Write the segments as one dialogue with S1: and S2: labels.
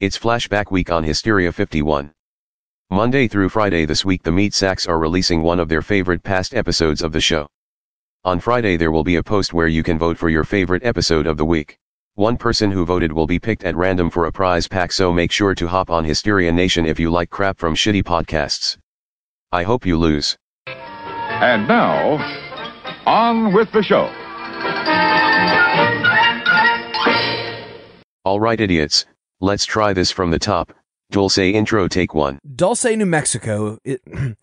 S1: It's flashback week on Hysteria 51. Monday through Friday this week, the Meat Sacks are releasing one of their favorite past episodes of the show. On Friday, there will be a post where you can vote for your favorite episode of the week. One person who voted will be picked at random for a prize pack, so make sure to hop on Hysteria Nation if you like crap from shitty podcasts. I hope you lose.
S2: And now, on with the show.
S1: Alright, idiots, let's try this from the top. Dulce intro take one.
S3: Dulce, New Mexico. It,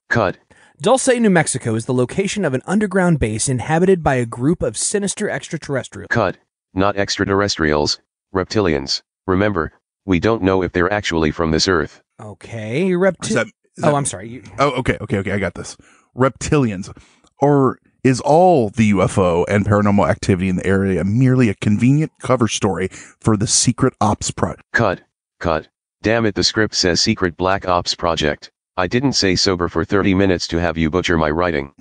S1: Cut.
S3: Dulce, New Mexico is the location of an underground base inhabited by a group of sinister extraterrestrials.
S1: Cut. Not extraterrestrials, reptilians. Remember, we don't know if they're actually from this Earth.
S3: Okay, reptilian.
S4: is
S3: Oh,
S4: that-
S3: I'm sorry. You,
S4: Oh, okay, okay, okay. I got this. Reptilians, or is all the UFO and paranormal activity in the area merely a convenient cover story for the secret ops project?
S1: Cut. Cut. Damn it, the script says Secret Black Ops Project. I didn't say sober for 30 minutes to have you butcher my writing.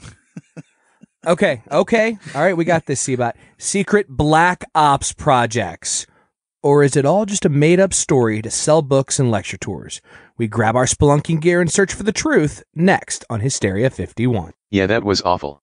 S3: okay, okay. All right, we got this, Seabot. Secret Black Ops projects. Or is it all just a made up story to sell books and lecture tours? We grab our spelunking gear and search for the truth next on Hysteria 51.
S1: Yeah, that was awful.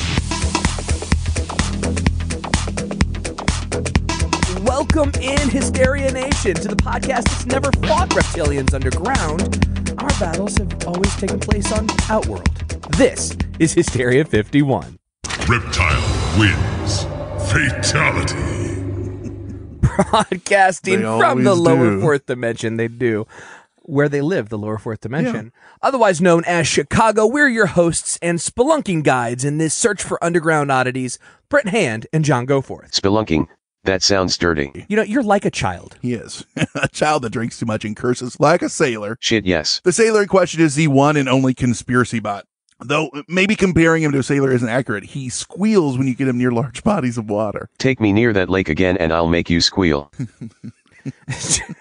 S3: Welcome in Hysteria Nation to the podcast that's never fought reptilians underground. Our battles have always taken place on Outworld. This is Hysteria 51.
S5: Reptile wins. Fatality.
S3: Broadcasting
S4: They
S3: from the
S4: always
S3: lower
S4: do.
S3: fourth dimension, they do. Where they live, the lower fourth dimension. Otherwise known as Chicago, we're your hosts and spelunking guides in this search for underground oddities, Brett Hand and John Goforth.
S1: Spelunking. That sounds dirty.
S3: You know, you're like a child.
S4: He is a child that drinks too much and curses like a sailor.
S1: Shit, yes.
S4: The sailor in question is the one and only conspiracy bot. Though maybe comparing him to a sailor isn't accurate. He squeals when you get him near large bodies of water.
S1: Take me near that lake again and I'll make you squeal.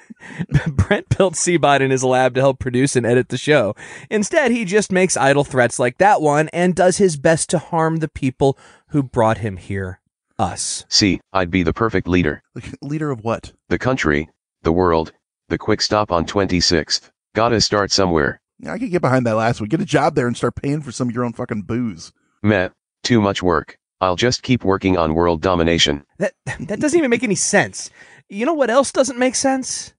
S3: Brent built Seabot in his lab to help produce and edit the show. Instead, he just makes idle threats like that one and does his best to harm the people who brought him here us.
S1: See, I'd be the perfect leader.
S4: Like, leader of what?
S1: The country, the world, the quick stop on 26th. Gotta start somewhere.
S4: I could get behind that last one. Get a job there and start paying for some of your own fucking booze.
S1: Meh. Too much work. I'll just keep working on world domination.
S3: That that doesn't even make any sense. You know what else doesn't make sense?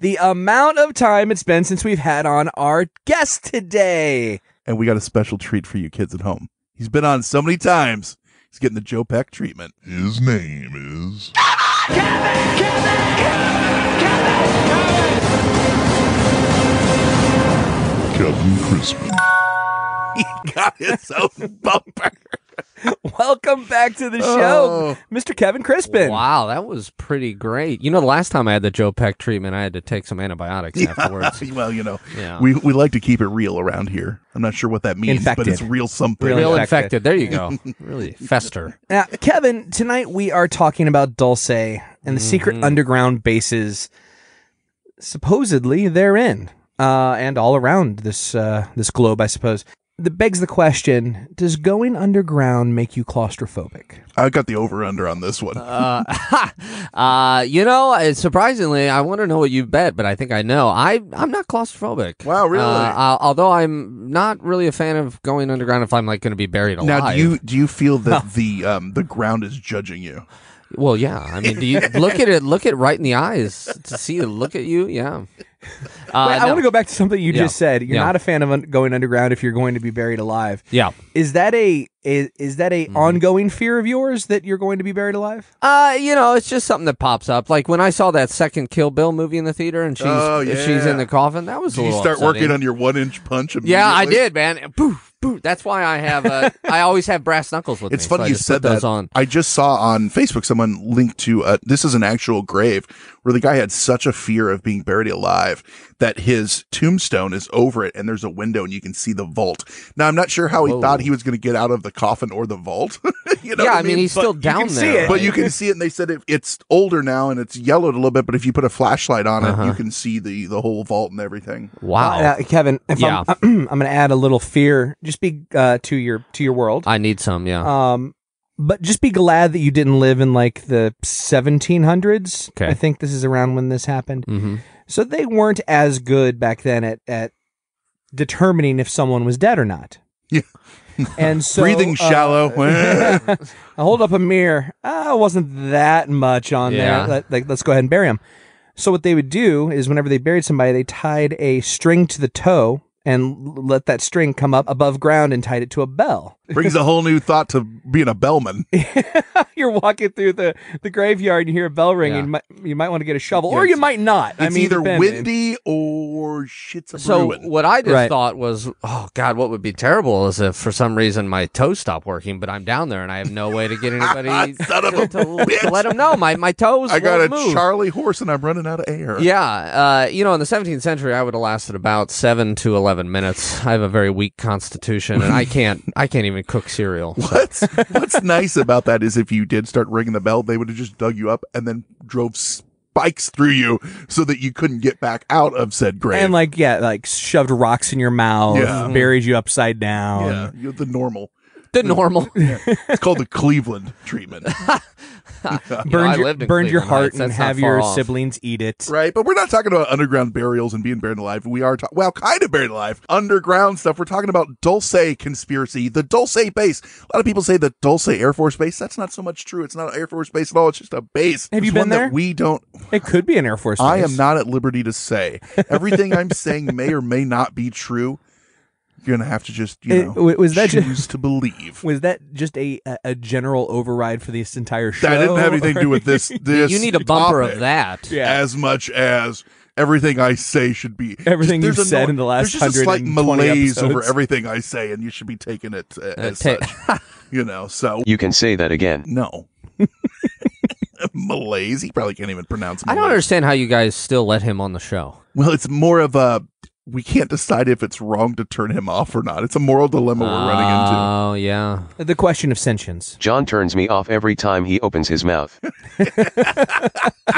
S3: The amount of time it's been since we've had on our guest today.
S4: and we got a special treat for you kids at home. He's been on so many times. He's getting the Joe Peck treatment.
S5: His name is. Captain Crispin.
S4: He got his own bumper.
S3: Welcome back to the show,
S4: Oh.
S3: Mr. Kevin Crispin.
S6: Wow, that was pretty great. You know, the last time I had the Joe Peck treatment, I had to take some antibiotics afterwards.
S4: well, you know,
S6: Yeah.
S4: we, we like to keep it real around here. I'm not sure what that means,
S3: Infected.
S4: but it's real something.
S3: Real
S6: Real
S3: infected.
S6: infected. There you go. Really fester.
S3: Now, Kevin, tonight we are talking about Dulce and the secret
S4: Mm-hmm.
S3: underground bases supposedly therein uh, and all around this uh, this globe, I suppose. That begs the question: Does going underground make you claustrophobic?
S4: I got the over under on this one.
S6: Uh, uh, you know, uh, surprisingly, I want to know what you bet, but I think I know. I I'm not claustrophobic.
S4: Wow, really?
S6: Uh, uh, although I'm not really a fan of going underground if I'm like going to be buried alive.
S4: now, do you do you feel that the um the ground is judging you?
S6: Well, yeah. I mean, do you look at it? Look it right in the eyes to see it look at you. Yeah. Uh,
S3: Wait, I
S6: no.
S3: want to go back to something you
S6: Yeah.
S3: just said. You're
S6: Yeah.
S3: not a fan of un- going underground if you're going to be buried alive.
S6: Yeah. Mm-hmm.
S3: Is that a is, is that a ongoing fear of yours that you're going to be buried alive?
S6: Uh, you know, it's just something that pops up. Like when I saw that second Kill Bill movie in the theater, and she's
S4: Oh,
S6: she's
S4: yeah.
S6: in the coffin. That was a
S4: Did you
S6: little
S4: start
S6: upsetting.
S4: working on your one inch punch?
S6: Yeah, I
S4: immediately?
S6: did, man. And Poof, poof. That's why I have. Uh, I always have brass knuckles with
S4: It's
S6: me. so
S4: funny
S6: I
S4: you
S6: just put
S4: said
S6: those
S4: that.
S6: on.
S4: I just saw on Facebook someone linked to uh, this is an actual grave where the guy had such a fear of being buried alive that his tombstone is over it and there's a window and you can see the vault. Now I'm not sure how he
S6: Whoa.
S4: thought he was going to get out of the coffin or the vault. you know
S6: yeah,
S4: what
S6: I mean, he's
S4: But-
S6: still down
S3: see
S6: there,
S3: it.
S4: But
S6: right?
S4: you can see it, and they said it, it's older now and it's yellowed a little bit. But if you put a flashlight on it,
S6: Uh-huh.
S4: you can see the the whole vault and everything.
S6: Wow.
S3: Uh, Kevin, if I'm, I'm going to add a little fear. Just be uh, to your to your world.
S6: I need some. Yeah.
S3: Um, but just be glad that you didn't live in like the 1700s.
S6: Okay.
S3: I think this is around when this happened.
S6: mm-hmm.
S3: So they weren't as good back then at at determining if someone was dead or not.
S4: Yeah.
S3: And so uh,
S4: Breathing shallow. eh,
S3: I hold up a mirror. Ah, it wasn't that much on
S6: Yeah.
S3: there. Let, like, let's go ahead and bury him. So what they would do is whenever they buried somebody, they tied a string to the toe and l- let that string come up above ground and tied it to a bell.
S4: Brings a whole new thought to being a bellman.
S3: You're walking through the, the graveyard and you hear a bell ring. And you, might, you might want to get a shovel, or you might not. I
S4: It's
S3: mean,
S4: either
S3: depending.
S4: windy or shit's a
S6: So
S4: brewing.
S6: what I just
S3: Right.
S6: thought was, oh God, what would be terrible is if for some reason my toe stopped working, but I'm down there and I have no way to get anybody
S4: Ah, Son of
S6: to,
S4: a
S6: to- to
S4: bitch.
S6: let them know my my toes.
S4: I got a
S6: won't move.
S4: Charlie horse and I'm running out of air.
S6: Yeah, uh, you know, in the 17th century, I would have lasted about seven to 11 minutes. I have a very weak constitution, and I can't, I can't even cook cereal.
S4: What's What's nice about that is if you did start ringing the bell, they would have just dug you up and then drove spikes through you so that you couldn't get back out of said grave.
S3: And like, yeah, like shoved rocks in your mouth,
S6: Mm-hmm.
S4: Yeah.
S3: buried you upside down.
S4: yeah, you're the normal.
S6: The
S4: Mm.
S6: normal.
S4: It's called the Cleveland treatment,
S6: You know, I
S3: Burned, your,
S6: lived in
S3: burned your
S6: Cleveland
S3: heart
S6: Heights.
S3: and
S6: That's not
S3: have
S6: far
S3: your
S6: off.
S3: siblings eat it.
S4: right? But we're not talking about underground burials and being buried alive. We are, ta- well, kind of buried alive. Underground stuff. We're talking about Dulce conspiracy, the Dulce base. A lot of people say the Dulce Air Force Base. That's not so much true. It's not an Air Force Base at all. It's just a base.
S3: Have you
S4: It's
S3: been
S4: one
S3: there?
S4: That we don't.
S3: It could be an Air Force.
S4: I
S3: Base.
S4: am not at liberty to say. Everything I'm saying may or may not be true. You're gonna have to just you
S3: It-
S4: know
S3: w- was that ju-
S4: choose to believe.
S3: Was that just a a- a general override for this entire show?
S4: That didn't have anything to do with this. This
S6: You need a bumper
S4: topic
S6: of that.
S3: Yeah.
S4: as much as everything I say should be
S3: Everything
S4: there's
S3: you've
S4: a
S3: said in the last
S4: There's just a slight
S3: 120
S4: malaise over
S3: episodes.
S4: everything I say, and you should be taking it uh, as
S6: ta-
S4: such. you know, so
S1: You can say that again.
S4: no malaise. He probably can't even pronounce.
S6: I don't
S4: malaise.
S6: understand how you guys still let him on the show.
S4: Well, it's more of a we can't decide if it's wrong to turn him off or not. It's a moral dilemma we're running into.
S6: Oh yeah.
S3: the question of sentience.
S1: John turns me off every time he opens his mouth.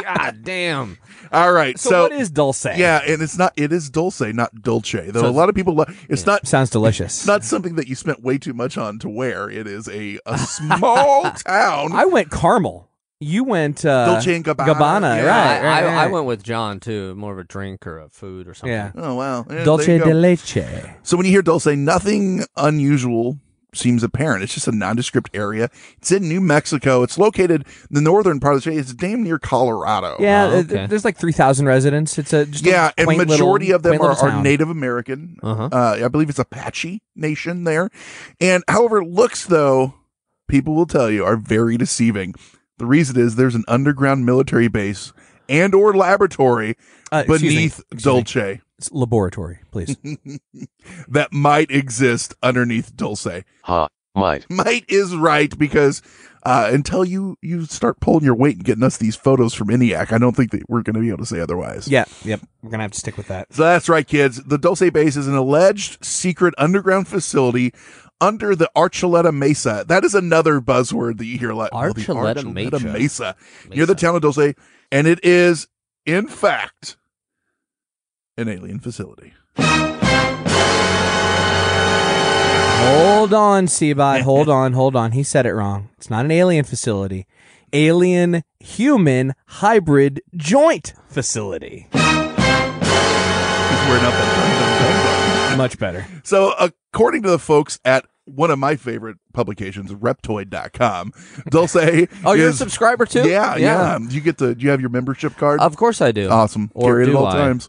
S6: God damn.
S4: All right,
S3: Uh, So,
S4: so,
S3: what is dulce?
S4: yeah, and it's not it is dulce, not dulce. Though a lot of people, lo- it's not
S3: sounds delicious.
S4: it's not something that you spent way too much on to wear. It is a, a small town.
S3: I went caramel. You went uh,
S4: Dolce and Gabbana,
S3: Gabbana,
S4: yeah.
S3: right?
S6: I,
S3: right,
S6: I, I
S3: right.
S6: went with John too, more of a drink or a food or something.
S3: Yeah.
S4: oh wow, Yeah,
S3: Dulce
S4: there you go.
S3: de leche.
S4: So when you hear Dulce, nothing unusual seems apparent. It's just a nondescript area. It's in New Mexico. It's located in the northern part of the state. It's damn near Colorado.
S3: Yeah,
S6: Oh,
S3: uh,
S6: okay.
S3: th- there's like three thousand residents. It's a just a
S4: Yeah, and
S3: quaint little-
S4: majority of them
S3: quaint
S4: are,
S3: little
S4: are
S3: town.
S4: Native American.
S6: Uh-huh.
S4: Uh, I believe it's Apache Nation there. And however, looks though, people will tell you are very deceiving. The reason is there's an underground military base and or laboratory
S3: Uh, excuse me.
S4: beneath
S3: Excuse me.
S4: Dulce
S3: It's laboratory, please.
S4: that might exist underneath Dulce.
S1: Ha, might.
S4: Might is right because uh, until you you start pulling your weight and getting us these photos from ENIAC, I don't think that we're going to be able to say otherwise.
S3: yeah, yep. We're gonna have to stick with that.
S4: So that's right, kids. The Dulce Base is an alleged secret underground facility under the Archuleta Mesa. That is another buzzword that you hear a lot. the
S6: Archuleta Mesa.
S4: Mesa. Near the town of Dulce. And it is, in fact, an alien facility.
S3: Hold on, Seabot. Hold on, hold on. He said it wrong. It's not an alien facility. Alien human hybrid joint facility.
S4: He's wearing out that dum-dum-dum button.
S3: Much better.
S4: So, according to the folks at one of my favorite publications, Reptoid.com. Dulce. oh,
S6: you're a subscriber too?
S4: Yeah, yeah.
S6: Yeah.
S4: Do you get the? Do you have your membership card?
S6: Of course I do.
S4: Awesome.
S6: Or
S4: Carry it at
S6: do
S4: all
S6: I?
S4: times.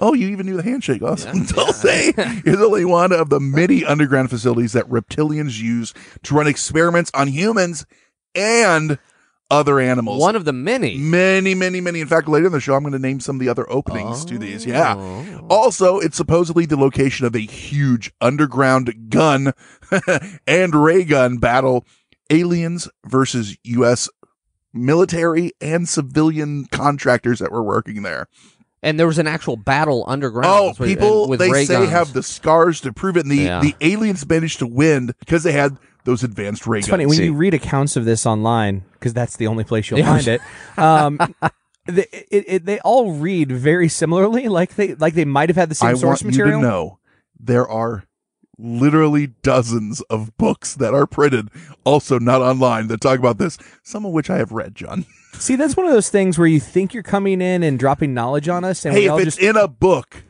S4: Oh, you even knew the handshake. Awesome. Dulce is only one of the many underground facilities that reptilians use to run experiments on humans and other animals.
S6: One of the many.
S4: Many, many, many. In fact, later in the show, I'm going to name some of the other openings to these.
S6: Oh.
S4: Yeah. Also, it's supposedly the location of a huge underground gun and ray gun battle aliens versus U.S. military and civilian contractors that were working there.
S6: And there was an actual battle underground.
S4: Oh,
S6: That's what- and
S4: people
S6: with
S4: they
S6: ray
S4: say
S6: guns.
S4: have the scars to prove it. And the,
S6: Yeah.
S4: the aliens managed to win because they had those advanced ray
S3: It's
S4: guns.
S3: funny when you read accounts of this online because that's the only place you'll
S4: Yeah.
S3: find it. Um, the, it, it. They all read very similarly, like they like they might have had the same
S4: I
S3: source
S4: want
S3: material.
S4: you to know there are literally dozens of books that are printed, also not online, that talk about this. Some of which I have read, John.
S3: See, that's one of those things where you think you're coming in and dropping knowledge on us, and
S4: hey,
S3: we
S4: if
S3: all
S4: it's
S3: just
S4: in a book,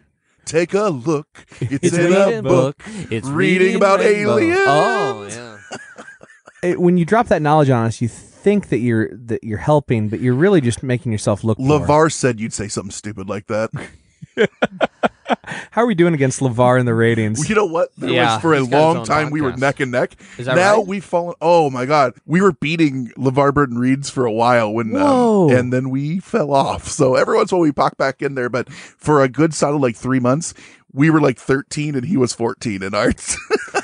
S4: take a look. It's,
S3: It's
S4: in
S3: reading
S4: a book.
S6: It's
S4: reading, about aliens.
S6: Oh, yeah.
S3: it- eh, when you drop that knowledge on us, you think that you're that you're helping, but you're really just making yourself look. poor.
S4: Lavar said you'd say something stupid like that.
S3: How are we doing against Lavar in the ratings?
S4: You know what? There
S6: Yeah,
S4: was for a
S6: he's got his
S4: long
S6: own
S4: time we were
S6: podcast.
S4: neck and neck.
S6: Is that
S4: now
S6: right?
S4: we've fallen. Oh my god, we were beating LeVar Burton Reed's for a while when,
S3: Whoa.
S4: um, and then we fell off. So every once in a while we pop back in there, but for a good solid like three months, we were like thirteen and he was fourteen in arts.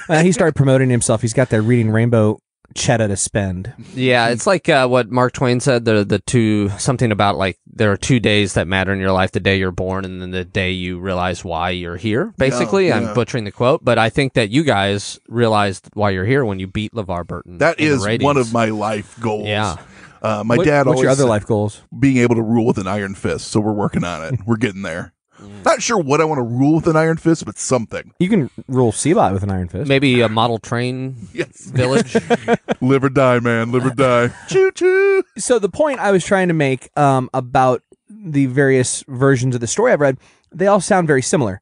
S3: Uh, he started promoting himself. He's got that reading rainbow cheddar to spend.
S6: Yeah, it's like uh, what Mark Twain said. The the two something about like there are two days that matter in your life: the day you're born, and then the day you realize why you're here. Basically,
S4: Yeah,
S6: I'm
S4: yeah.
S6: butchering the quote, but I think that you guys realized why you're here when you beat LeVar Burton.
S4: That
S6: in the
S4: is
S6: ratings.
S4: one of my life goals.
S6: Yeah.
S4: Uh, my
S3: What-
S4: dad
S3: What's
S4: always
S3: your other
S4: said
S3: life goals?
S4: being able to rule with an iron fist. So we're working on it. We're getting there. Not sure what I want to rule with an iron fist, but something.
S3: You can rule Seabot with an iron fist.
S6: maybe a model train
S4: Yes.
S6: village.
S4: live or die, man. Live or die. choo choo.
S3: so the point I was trying to make um, about the various versions of the story I've read, they all sound very similar.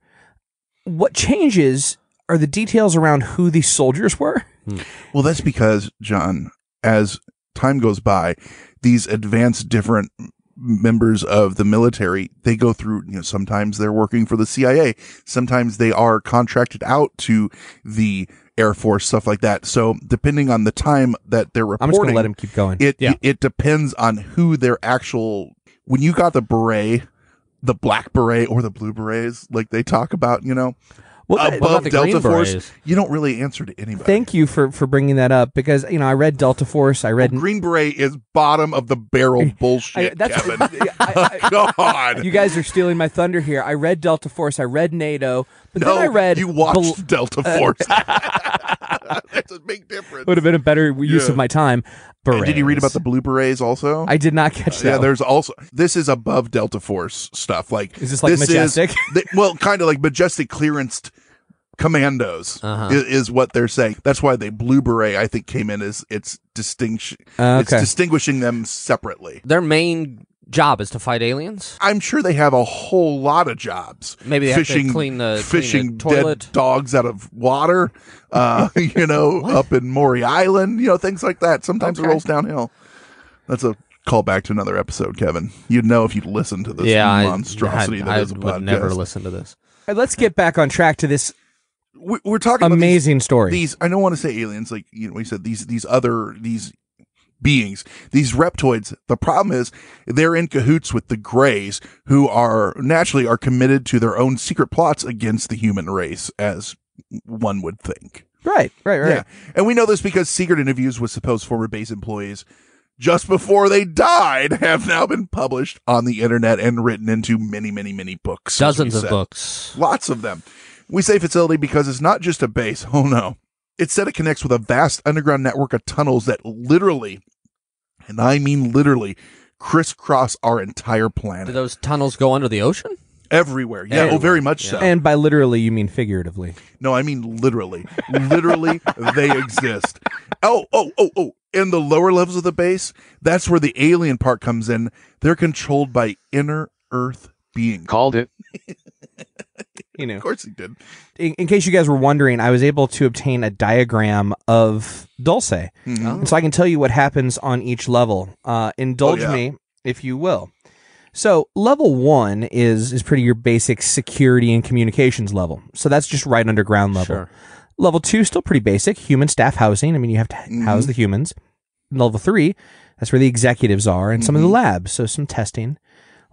S3: What changes are the details around who these soldiers were.
S4: Well, that's because, John, as time goes by, these advanced different members of the military, they go through, you know, sometimes they're working for the CIA, sometimes they are contracted out to the Air Force, stuff like that. So depending on the time that they're
S3: I'm just going
S4: reporting,
S3: to let him keep going.
S4: it,
S6: Yeah.
S4: it depends on who their actual when you got the beret, the black beret or the blue berets, like they talk about, you know,
S3: Well, th-
S4: above
S6: about the
S4: Delta
S6: green
S4: Force,
S6: berets?
S4: you don't really answer to anybody.
S3: thank you for for bringing that up because you know I read Delta Force. I read.
S4: Green Beret is bottom of the barrel
S3: I,
S4: bullshit,
S3: that's
S4: Kevin.
S3: I- I-
S4: God.
S3: you guys are stealing my thunder here. I read Delta Force. I read NATO, but
S4: no,
S3: then I read
S4: you watched
S3: Bel- uh,
S4: Delta Force. That's a big difference.
S3: would have been a better use
S4: Yeah.
S3: of my time.
S4: And did you read about
S3: Berets.
S4: the Blue Berets also?
S3: I did not catch that.
S4: yeah,
S3: one.
S4: there's also this is above Delta Force stuff. Like
S3: Is this like Majestic?
S4: Is, th- well, kind of like majestic clearanced commandos
S6: Uh-huh.
S4: i- is, what they're saying. That's why the blue beret I think came in as its distinction.
S3: Uh, okay.
S4: It's distinguishing them separately.
S6: Their main job is to fight aliens.
S4: I'm sure they have a whole lot of jobs.
S6: Maybe they have to
S4: fishing,
S6: clean the- clean the
S4: fishing
S6: toilet.
S4: dead dogs out of water. Uh, you know, up in Maury Island. You know, things like that. Sometimes it
S6: Okay.
S4: rolls downhill. That's a call back to another episode, Kevin. You'd know if you'd listened to this
S6: I-
S4: monstrosity
S6: I,
S4: that
S6: I
S4: is a
S6: would
S4: podcast.
S6: never listen to this.
S3: All right, let's get back on track to this
S4: We- We're talking about these-
S3: amazing story.
S4: These I don't want to say aliens, like you know, we said these these other these beings, these reptoids. The problem is they're in cahoots with the Greys, who are naturally are committed to their own secret plots against the human race, as one would think.
S3: right, right, right.
S4: Yeah, and we know this because secret interviews with supposed former base employees. Just before they died, have now been published on the internet and written into many, many, many books. as we
S6: Dozens of
S4: said
S6: books.
S4: lots of them. We say facility because it's not just a base. Oh no. It said it connects with a vast underground network of tunnels that literally, and I mean literally, crisscross our entire
S6: Do
S4: planet
S6: those tunnels go under the ocean?
S4: everywhere. Yeah, oh,
S6: Everywhere.
S4: very much
S6: Yeah.
S4: so.
S3: And by literally, you mean figuratively.
S4: No, I mean literally. literally, they exist. Oh, oh, oh, oh. In the lower levels of the base, that's where the alien part comes in. They're controlled by inner Earth beings.
S1: Called it.
S3: He knew. Of
S4: course he did.
S3: In, in case you guys were wondering, I was able to obtain a diagram of Dulce.
S4: Mm-hmm.
S3: And So I can tell you what happens on each level. Uh, indulge
S4: Oh, yeah.
S3: me, if you will. So level one is is pretty your basic security and communications level. So that's just right underground level.
S6: Sure.
S3: Level two still pretty basic. Human staff housing. I mean, you have to
S4: Mm-hmm.
S3: house the humans. Level three, that's where the executives are and some
S4: Mm-hmm.
S3: of the labs. So some testing.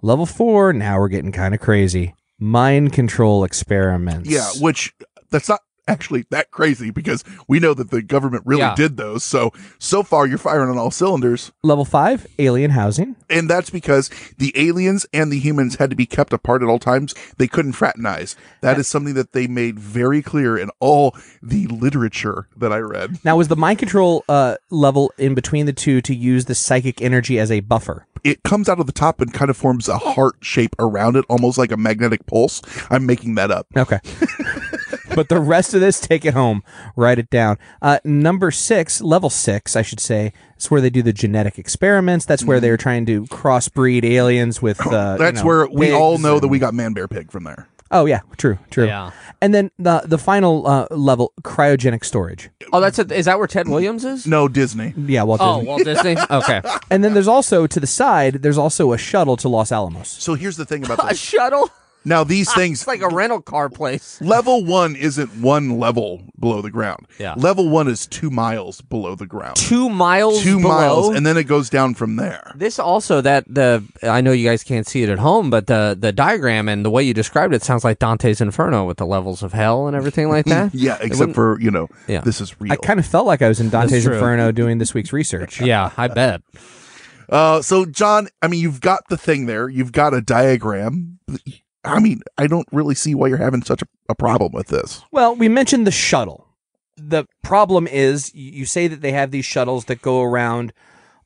S3: Level four. Now we're getting kind of crazy. Mind control experiments.
S4: Yeah, which that's not actually that crazy because we know that the government really
S3: Yeah.
S4: did those. So so far you're firing on all cylinders.
S3: Level five, alien housing.
S4: And that's because the aliens and the humans had to be kept apart at all times. They couldn't fraternize. That is something that they made very clear in all the literature that I read.
S3: Now was the mind control uh, level in between the two to use the psychic energy as a buffer?
S4: It comes out of the top and kind of forms a heart shape around it, almost like a magnetic pulse. I'm making that up.
S3: Okay. but the rest of this, take it home. Write it down. Uh, number six, level six, I should say, is where they do the genetic experiments. That's where they're trying to crossbreed aliens with. Uh, you
S4: That's
S3: know,
S4: where we all
S3: pigs
S4: know that
S3: and-
S4: we got man bear pig from there.
S3: Oh yeah, true, true.
S6: Yeah.
S3: And then the the final uh, level, cryogenic storage.
S6: Oh, that's a, is that where Ted Williams is?
S4: No, Disney.
S3: Yeah, Walt
S6: Oh,
S3: Disney.
S6: Walt Disney. Okay.
S3: and then there's also to the side, there's also a shuttle to Los Alamos.
S4: So here's the thing about
S3: Oh,
S6: A
S4: this.
S6: shuttle.
S4: Now these things
S6: It's like a rental car place.
S4: level one isn't one level below the ground.
S6: Yeah.
S4: Level one is two miles below the ground.
S6: Two miles.
S4: Two
S6: below.
S4: miles, and then it goes down from there.
S6: This also that the I know you guys can't see it at home, but the the diagram and the way you described it sounds like Dante's Inferno with the levels of hell and everything like that.
S4: Mm, Yeah, except for you know,
S6: Yeah.
S4: this is real.
S3: I kind of felt like I was in Dante's
S6: true.
S3: Inferno doing this week's research.
S6: yeah, I bet.
S4: uh, so John, I mean, you've got the thing there. You've got a diagram. I mean, I don't really see why you're having such a, a problem with this.
S3: Well, we mentioned the shuttle. The problem is y- you say that they have these shuttles that go around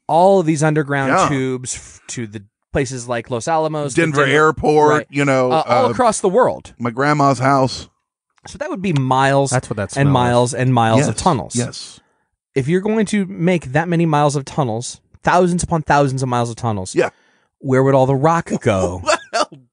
S3: all of these underground
S4: Yeah.
S3: tubes f- to the places like Los Alamos, to
S4: Denver Airport,
S3: right.
S4: you know,
S3: uh, all
S4: uh,
S3: across the world.
S4: my grandma's house.
S3: So that would be miles
S6: That's what that smell
S3: and
S6: is.
S3: miles and miles of
S4: Yes,
S3: tunnels.
S4: Yes.
S3: If you're going to make that many miles of tunnels, thousands upon thousands of miles of tunnels,
S4: Yeah.
S3: where would all the rock go?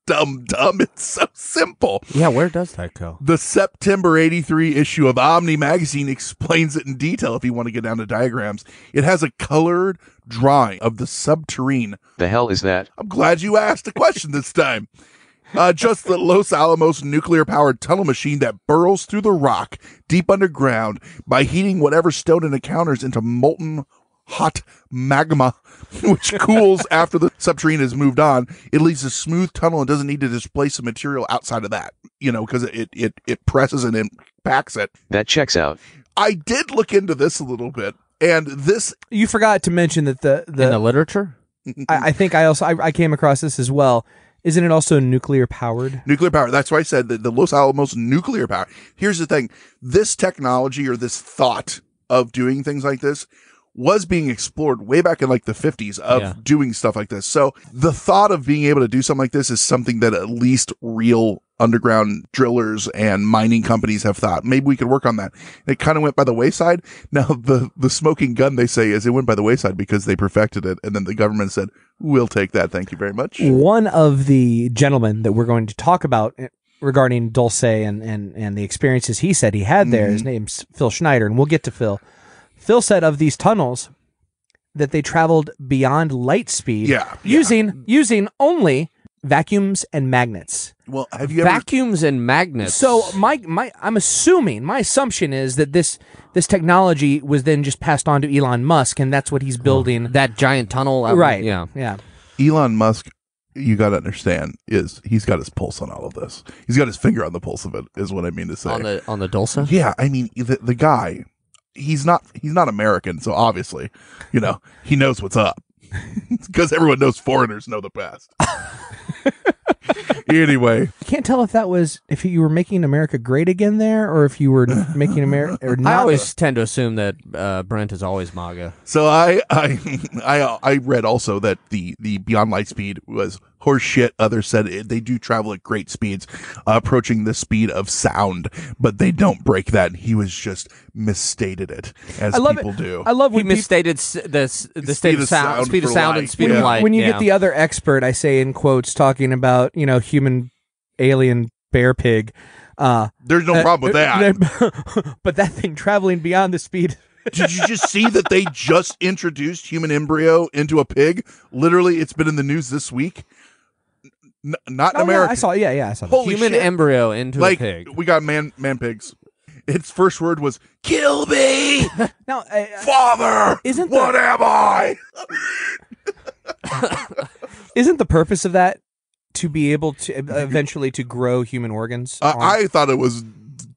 S4: Dumb, dumb. It's so simple.
S6: Yeah, where does that go?
S4: The September 83 issue of Omni Magazine explains it in detail if you want to get down to diagrams. It has a colored drawing of the subterrane.
S1: The hell is that?
S4: I'm glad you asked a question this time. Uh, just the Los Alamos nuclear powered tunnel machine that burrows through the rock deep underground by heating whatever stone it encounters into molten hot magma, which cools after the subterrane has moved on. It leaves a smooth tunnel and doesn't need to displace the material outside of that, you know, because it, it, it presses and impacts it.
S1: That checks out.
S4: I did look into this a little bit, and this
S3: you forgot to mention that the, the,
S4: Uh,
S6: In the literature?
S3: I, I think I also I, I came across this as well. Isn't it also nuclear powered?
S4: Nuclear power. That's why I said that the Los Alamos nuclear power. Here's the thing this technology or this thought of doing things like this was being explored way back in like the 50s of
S6: Yeah.
S4: doing stuff like this. So the thought of being able to do something like this is something that at least real underground drillers and mining companies have thought maybe we could work on that. It kind of went by the wayside. Now the the smoking gun they say is it went by the wayside because they perfected it and then the government said we'll take that thank you very much.
S3: One of the gentlemen that we're going to talk about eh, regarding Dulce and and and the experiences he said he had there,
S4: Mm-hmm.
S3: his name's Phil Schneider, and we'll get to Phil. Phil said of these tunnels that they traveled beyond light speed,
S4: Yeah, yeah.
S3: using using only vacuums and magnets.
S4: Well, have you ever
S6: Vacuums and magnets.
S3: So my my I'm assuming my assumption is that this this technology was then just passed on to Elon Musk, and that's what he's building.
S6: that giant tunnel. out-
S3: right?
S6: Yeah.
S3: yeah.
S4: Elon Musk, you got to understand, is he's got his pulse on all of this. He's got his finger on the pulse of it, is what I mean to say.
S6: On the on the Dulce?
S4: yeah, I mean the the guy, he's not he's not American, so obviously, you know, he knows what's up because everyone knows foreigners know the best. anyway,
S3: I can't tell if that was if you were making America great again there, or if you were making America or not.
S6: I always tend to assume that uh, Brent is always MAGA.
S4: so I I I I read also that the the Beyond Light Speed was horse shit. Others said it, they do travel at great speeds, uh, approaching the speed of sound, but they don't break that. He was just misstated it as
S3: I love
S4: people
S3: it.
S4: do.
S3: I love
S6: We
S3: when peop-
S6: misstated s- the s- the state
S4: of
S6: of sound,
S4: sound
S6: speed of
S4: for
S6: sound,
S4: light.
S6: and speed
S4: Yeah.
S6: of light.
S3: when you
S6: yeah.
S3: get the other expert. I say in quotes talking about you know human alien bear pig. Uh,
S4: There's no
S3: uh,
S4: problem with
S3: that. but that thing traveling beyond the speed.
S4: Did you just see that they just introduced human embryo into a pig? Literally, it's been in the news this week. N- not in
S3: Oh, yeah,
S4: America.
S3: I saw. Yeah, yeah, I saw. that.
S4: Holy
S6: Human
S4: shit.
S6: embryo into
S4: like
S6: a pig.
S4: we got man man pigs. Its first word was "kill me,
S3: Now, uh, I- I-
S4: father."
S3: Isn't
S4: what
S3: the-
S4: am I?
S3: uh, isn't the purpose of that to be able to uh, eventually to grow human organs?
S4: Uh,
S3: on-
S4: I thought it was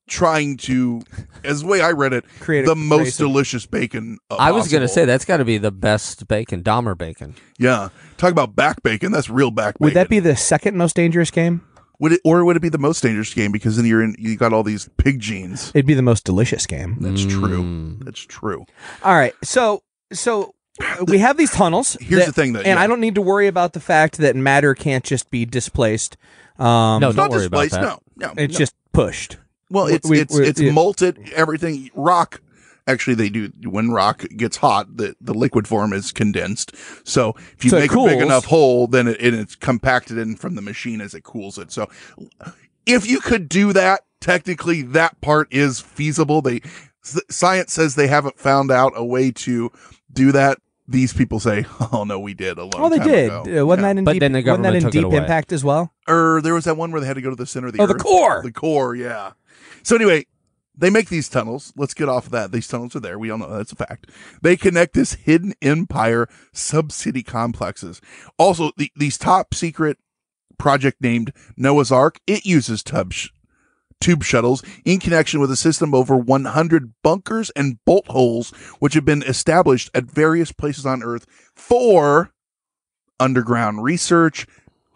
S4: trying to, as the way I read it,
S3: Create a
S4: the most
S3: race of-
S4: delicious bacon. uh,
S6: I was gonna
S4: possible.
S6: say that's got to be the best bacon, Dahmer bacon.
S4: yeah. Talk about back bacon. That's real back bacon.
S3: would that be the second most dangerous game?
S4: Would it, or would it be the most dangerous game because then you're in, you got all these pig genes.
S3: It'd be the most delicious game.
S4: That's true. That's true.
S3: All right, so so we have these tunnels.
S4: Here's
S3: that-
S4: the thing, though,
S3: and
S4: yeah.
S3: I don't need to worry about the fact that matter can't just be displaced. Um,
S6: No,
S4: It's
S6: don't
S4: not
S6: worry about
S4: displaced.
S6: that.
S4: No, no.
S3: it's
S4: no.
S3: just pushed.
S4: well, it's
S3: we-
S4: it's
S3: we-
S4: it's
S3: yeah.
S4: molted everything. Rock. Actually, they do when rock gets hot, the, the liquid form is condensed. So if you
S3: So it
S4: make a big
S3: cools.
S4: enough hole, then it, and it's compacted in from the machine as it cools it. So if you could do that, technically that part is feasible. They s- science says they haven't found out a way to do that. These people say, "Oh no, we did a long
S3: Oh, they
S4: time
S3: did.
S4: ago."
S3: Uh, wasn't
S4: Yeah.
S3: that in
S6: But
S3: deep,
S6: then the
S3: wasn't that
S6: government
S3: in
S6: took it
S3: deep
S6: away.
S3: impact as well?
S4: or there was that one where they had to go to the center of the
S3: Oh,
S4: earth.
S3: the core!
S4: The core, yeah. So anyway, they make these tunnels. Let's get off of that. These tunnels are there. We all know that's a fact. They connect this hidden empire subcity complexes. Also, the, these top secret project named Noah's Ark. It uses tub sh- tube shuttles in connection with a system of over 100 bunkers and bolt holes, which have been established at various places on Earth for underground research,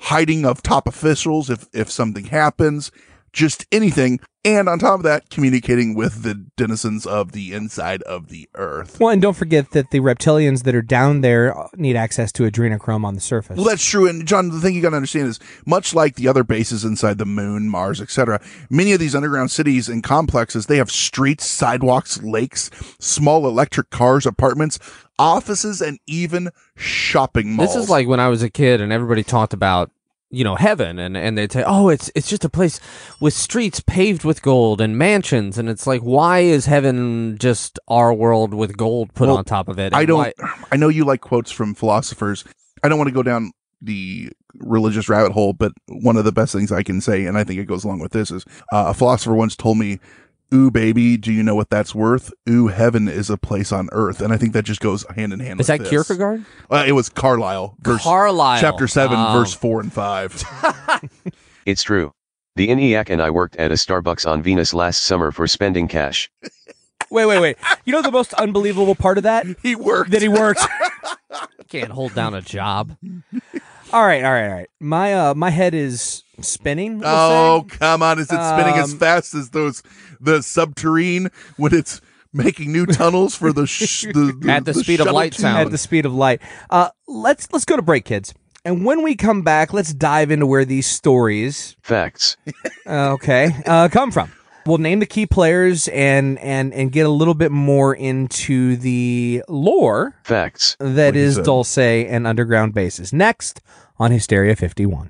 S4: hiding of top officials if if something happens, just anything. And on top of that, communicating with the denizens of the inside of the Earth.
S3: Well, and don't forget that the reptilians that are down there need access to adrenochrome on the surface.
S4: Well, that's true. And John, the thing you got to understand is much like the other bases inside the moon, Mars, etc., many of these underground cities and complexes, they have streets, sidewalks, lakes, small electric cars, apartments, offices, and even shopping malls.
S6: This is like when I was a kid and everybody talked about you know heaven and and they'd say oh it's it's just a place with streets paved with gold and mansions and it's like why is heaven just our world with gold put
S4: Well,
S6: on top of it
S4: I
S6: And
S4: don't.
S6: why-
S4: I know you like quotes from philosophers. I don't want to go down the religious rabbit hole, but one of the best things I can say, and I think it goes along with this, is uh, a philosopher once told me, "Ooh, baby, do you know what that's worth? Ooh, heaven is a place on earth," and I think that just goes hand in hand. with
S6: is that
S4: this.
S6: Kierkegaard
S4: Uh, it was Carlyle, verse,
S6: Carlyle
S4: chapter seven,
S6: Oh.
S4: verse four and five.
S1: It's true. The ENIAC and I worked at a Starbucks on Venus last summer for spending cash.
S3: wait, wait, wait. You know the most unbelievable part of that?
S4: he worked.
S3: That he worked.
S6: can't hold down a job
S3: all right, all right, all right. My uh, my head is spinning. we'll
S4: Oh
S3: say.
S4: come on! Is it spinning as
S3: Um,
S4: fast as those the subterrane when it's making new tunnels for the, sh- the, the
S6: At the speed of
S4: shuttle
S6: light
S4: tube?
S6: sound.
S3: at the speed of light. Uh, let's let's go to break, kids. And when we come back, let's dive into where these stories
S1: Facts.
S3: uh, okay uh, come from. We'll name the key players and and and get a little bit more into the lore
S1: Facts.
S3: that
S4: he
S3: is
S4: said.
S3: Dulce and Underground Bases. Next on Hysteria 51.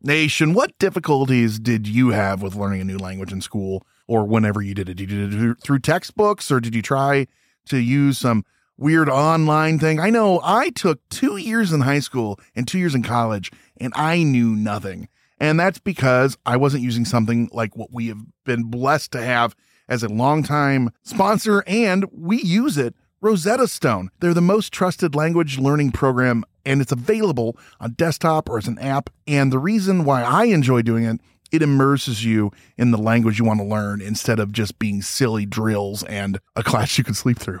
S4: Nation, what difficulties did you have with learning a new language in school or whenever you did it? Did you do it through textbooks or did you try to use some weird online thing? I know I took two years in high school and two years in college and I knew nothing. And that's because I wasn't using something like what we have been blessed to have as a longtime sponsor and we use it, Rosetta Stone. They're the most trusted language learning program and it's available on desktop or as an app. And the reason why I enjoy doing it, it immerses you in the language you want to learn instead of just being silly drills and a class you can sleep through.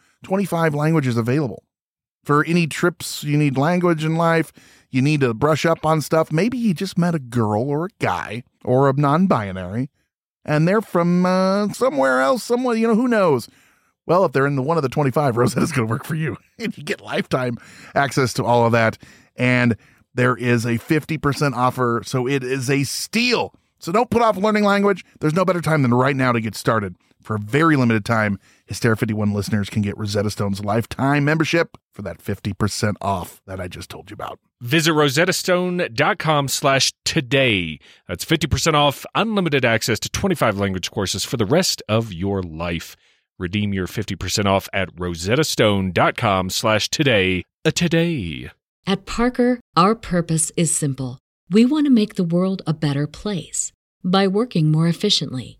S4: 25 languages available. For any trips, you need language in life. You need to brush up on stuff. Maybe you just met a girl or a guy or a non binary and they're from uh, somewhere else, somewhere, you know, who knows? Well, if they're in the one of the 25, Rosetta's going to work for you. if you get lifetime access to all of that. And there is a 50% offer. So it is a steal. So don't put off learning language. There's no better time than right now to get started. For a very limited time, Hysteria 51 listeners can get Rosetta Stone's lifetime membership for that 50% off that I just told you about.
S7: Visit rosettastone.com slash today. That's 50% off, unlimited access to 25 language courses for the rest of your life. Redeem your 50% off at rosettastone.com slash today. A today.
S8: At Parker, our purpose is simple. We want to make the world a better place by working more efficiently,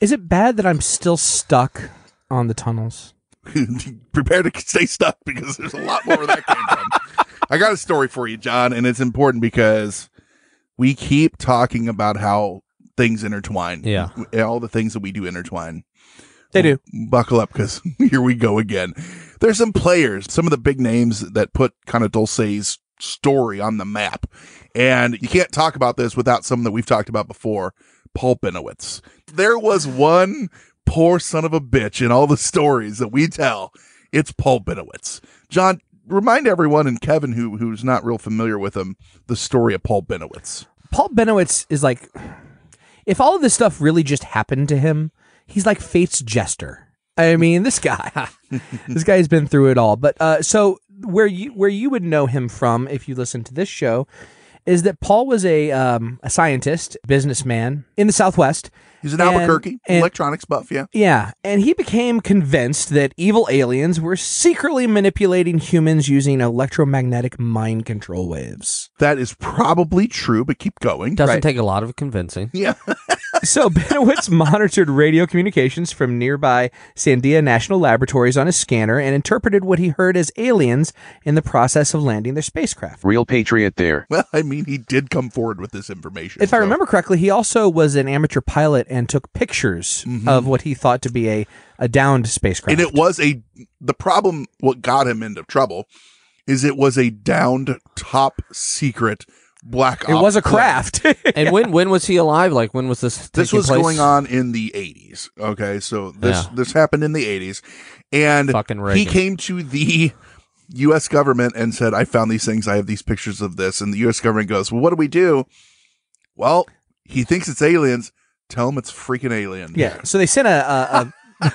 S3: Is it bad that I'm still stuck on the tunnels?
S4: Prepare to stay stuck because there's a lot more where that came from. I got a story for you, John, and it's important because we keep talking about how things intertwine.
S6: Yeah.
S4: All the things that we do intertwine.
S3: They do.
S4: Buckle up because here we go again. There's some players, some of the big names that put kind of Dulce's story on the map. And you can't talk about this without someone that we've talked about before, Paul Benowitz. There was one poor son of a bitch in all the stories that we tell. It's Paul Benowitz. John, remind everyone and Kevin who who's not real familiar with him the story of Paul Benowitz.
S3: Paul Benowitz is like, if all of this stuff really just happened to him, he's like fate's jester. I mean, this guy, this guy has been through it all. But uh, so where you where you would know him from if you listen to this show is that Paul was a um, a scientist, businessman in the Southwest.
S4: He's in Albuquerque, electronics buff, yeah.
S3: Yeah, and he became convinced that evil aliens were secretly manipulating humans using electromagnetic mind control waves.
S4: That is probably true, but keep going.
S6: Doesn't take a lot of convincing.
S4: Yeah.
S3: so Benowitz monitored radio communications from nearby Sandia National Laboratories on his scanner and interpreted what he heard as aliens in the process of landing their spacecraft.
S1: Real patriot there.
S4: Well, I mean, he did come forward with this information.
S3: If I
S4: so-
S3: remember correctly, he also was an amateur pilot and took pictures of what he thought to be a, a downed spacecraft.
S4: Mm-hmm. And it was a the problem what got him into trouble is it was a downed top secret black
S3: It
S4: ops
S3: was a
S4: plane.
S3: craft.
S6: And when when was he alive? Like when was this?
S4: This
S6: taking
S4: was
S6: place?
S4: going on in the 80s. Okay, so this
S6: Yeah.
S4: this happened in the 80s and
S6: Fucking
S4: he
S6: Reagan.
S4: came to the US government and said I found these things, I have these pictures of this and the US government goes, "Well, what do we do?" Well, he thinks it's aliens. Tell him it's freaking alien.
S3: Yeah. So they sent a a,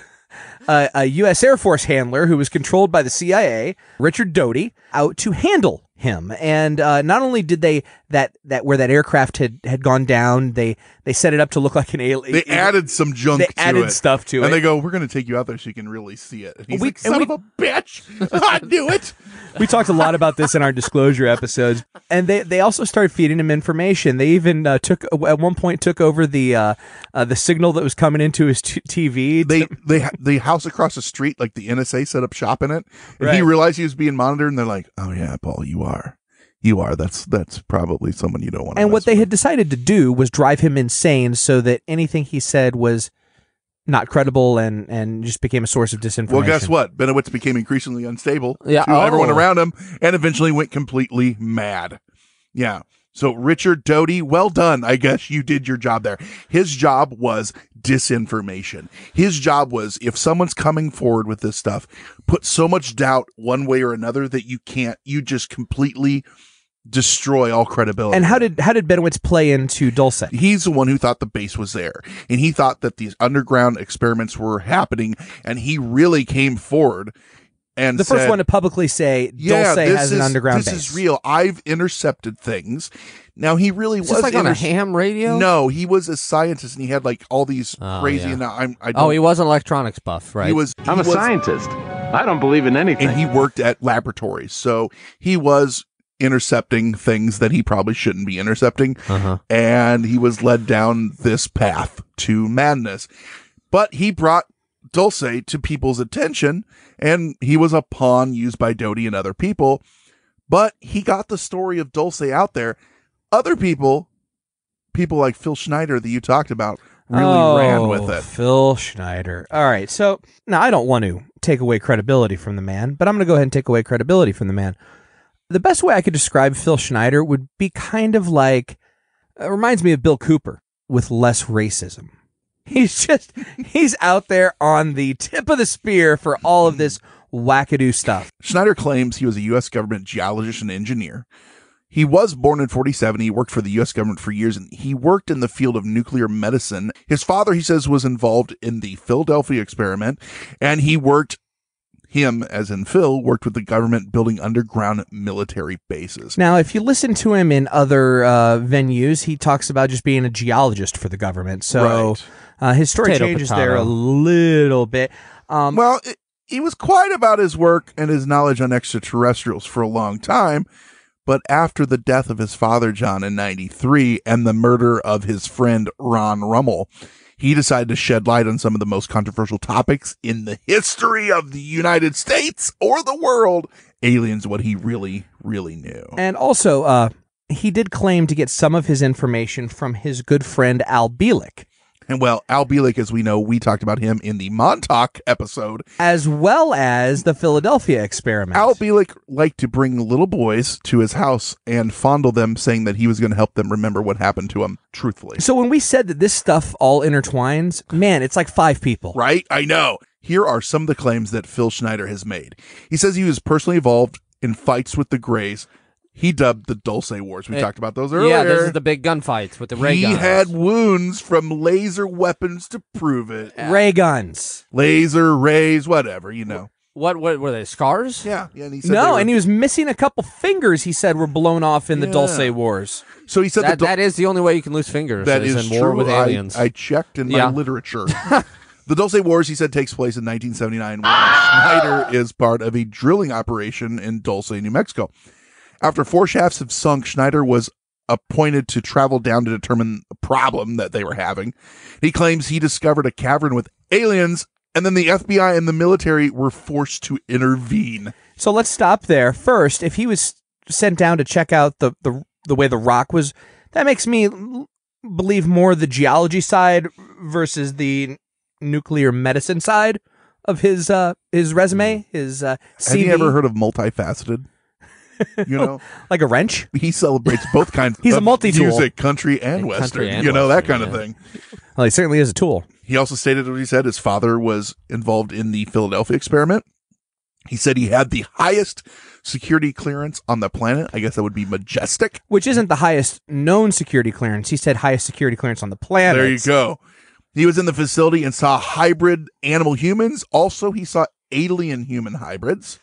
S3: a, a a U.S. Air Force handler who was controlled by the CIA, Richard Doty, out to handle him. And uh, not only did they that that where that aircraft had had gone down, they they set it up to look like an alien.
S4: They added some junk
S3: They
S4: to
S3: added
S4: it.
S3: stuff to
S4: and
S3: it.
S4: they go, We're going to take you out there so you can really see it. And he's
S3: We-
S4: like, Son
S3: and
S4: of a bitch. I knew it.
S3: we talked a lot about this in our disclosure episodes, and they, they also started feeding him information. They even uh, took at one point took over the uh, uh, the signal that was coming into his t- TV.
S4: They, they, the house across the street, like the NSA set up shop in it. And he
S3: Right.
S4: realized he was being monitored. And they're like, Oh, yeah, Paul, you are. You are. That's, that's probably someone you don't want to.
S3: And what they had decided to do was drive him insane so that anything he said was not credible and, and just became a source of disinformation.
S4: Well, guess what? Benowitz became increasingly unstable
S6: Yeah,
S4: to everyone
S6: oh.
S4: around him and eventually went completely mad. Yeah. So, Richard Doty, well done. I guess you did your job there. His job was disinformation. His job was if someone's coming forward with this stuff, put so much doubt one way or another that you can't, you just completely destroy all credibility.
S3: And how did how did Benowitz play into Dulce?
S4: He's the one who thought the base was there, and he thought that these underground experiments were happening, and he really came forward and
S3: the first
S4: said,
S3: one to publicly say
S4: yeah,
S3: Dulce
S4: this
S3: has
S4: is,
S3: an underground
S4: This
S3: base.
S4: is real. I've intercepted things. Now he really
S6: Is
S4: was
S6: this like on a
S4: inter-
S6: ham radio?
S4: No, he was a scientist and he had like all these crazy.
S6: yeah.
S4: And I'm, I
S6: Oh,
S4: don't-
S6: he was an electronics buff, right?
S4: He was.
S6: I'm
S4: he
S6: a
S4: was-
S6: scientist.
S4: I don't believe in anything. And he worked at laboratories, so he was intercepting things that he probably shouldn't be intercepting, and he was led down this path to madness. But he brought Dulce to people's attention, and he was a pawn used by Doty and other people. But he got the story of Dulce out there. Other people, people like Phil Schneider that you talked about, really ran
S3: Oh,
S4: with it.
S3: Phil Schneider. All right. So now I don't want to take away credibility from the man, but I'm going to go ahead and take away credibility from the man. The best way I could describe Phil Schneider would be kind of like it reminds me of Bill Cooper with less racism. He's just he's out there on the tip of the spear for all of this wackadoo stuff.
S4: Schneider claims he was a U.S. government geologist and engineer. He was born in 47. He worked for the U.S. government for years and he worked in the field of nuclear medicine. His father, he says, was involved in the Philadelphia experiment and he worked, him as in Phil, worked with the government building underground military bases.
S3: Now, if you listen to him in other uh, venues, he talks about just being a geologist for the government. So uh, his story
S4: Potato,
S3: changes
S4: potato.
S3: there a little bit. Um,
S4: well, it, he was quiet about his work and his knowledge on extraterrestrials for a long time, but after the death of his father, John, in 93, and the murder of his friend, Ron Rummel, he decided to shed light on some of the most controversial topics in the history of the United States or the world aliens, what he really, really knew.
S3: And also, uh, he did claim to get some of his information from his good friend Al Bielik,
S4: And well, Al Bielik, as we know, we talked about him in the Montauk episode.
S3: as well as the Philadelphia experiment.
S4: Al Bielik liked to bring little boys to his house and fondle them, saying that he was going to help them remember what happened to him truthfully.
S3: So when we said that this stuff all intertwines, man, it's like five people.
S4: Right? I know. Here are some of the claims that Phil Schneider has made. He says he was personally involved in fights with the Greys. He dubbed the Dulce Wars. We
S6: Eh,
S4: talked about those earlier.
S6: Yeah, this is the big gunfights with the ray
S4: he
S6: guns.
S4: had wounds from laser weapons to prove it.
S6: Eh.
S3: Ray guns.
S4: Laser rays, whatever, you know.
S6: what, what were they? Scars?
S4: Yeah, yeah. And he said
S3: No,
S4: they were-
S3: and he was missing a couple fingers. He said were blown off in the
S4: Yeah.
S3: Dulce Wars.
S4: So he said
S6: That,
S4: the Dul-
S6: that is the only way you can lose fingers.
S4: That is,
S6: in
S4: true.
S6: war with
S4: I-
S6: aliens.
S4: I, checked in
S6: Yeah.
S4: my literature. the Dulce Wars, he said, takes place in 1979 when Schneider is part of a drilling operation in Dulce, New Mexico. After four shafts have sunk, Schneider was appointed to travel down to determine the problem that they were having. He claims he discovered a cavern with aliens, and then the FBI and the military were forced to intervene.
S3: So let's stop there first. If he was sent down to check out the the, the way the rock was, that makes me l- believe more the geology side versus the nuclear medicine side of his uh his resume. His uh,
S4: Hmm. Have
S3: CV.
S4: you ever heard of multifaceted? You know,
S3: like a wrench?
S4: He celebrates both kinds.
S3: He's a
S4: of
S3: multi-tool.
S4: music, country and,
S3: And
S4: western.
S3: country and
S4: you know that
S3: western,
S4: kind of
S3: yeah.
S4: thing.
S3: Well, he certainly is a tool.
S4: He also stated what he said. His father was involved in the Philadelphia experiment. He said he had the highest security clearance on the planet. I guess that would be majestic.
S3: Which isn't the highest known security clearance. He said highest security clearance on the planet.
S4: There you go. He was in the facility and saw hybrid animal humans. Also, he saw alien human hybrids.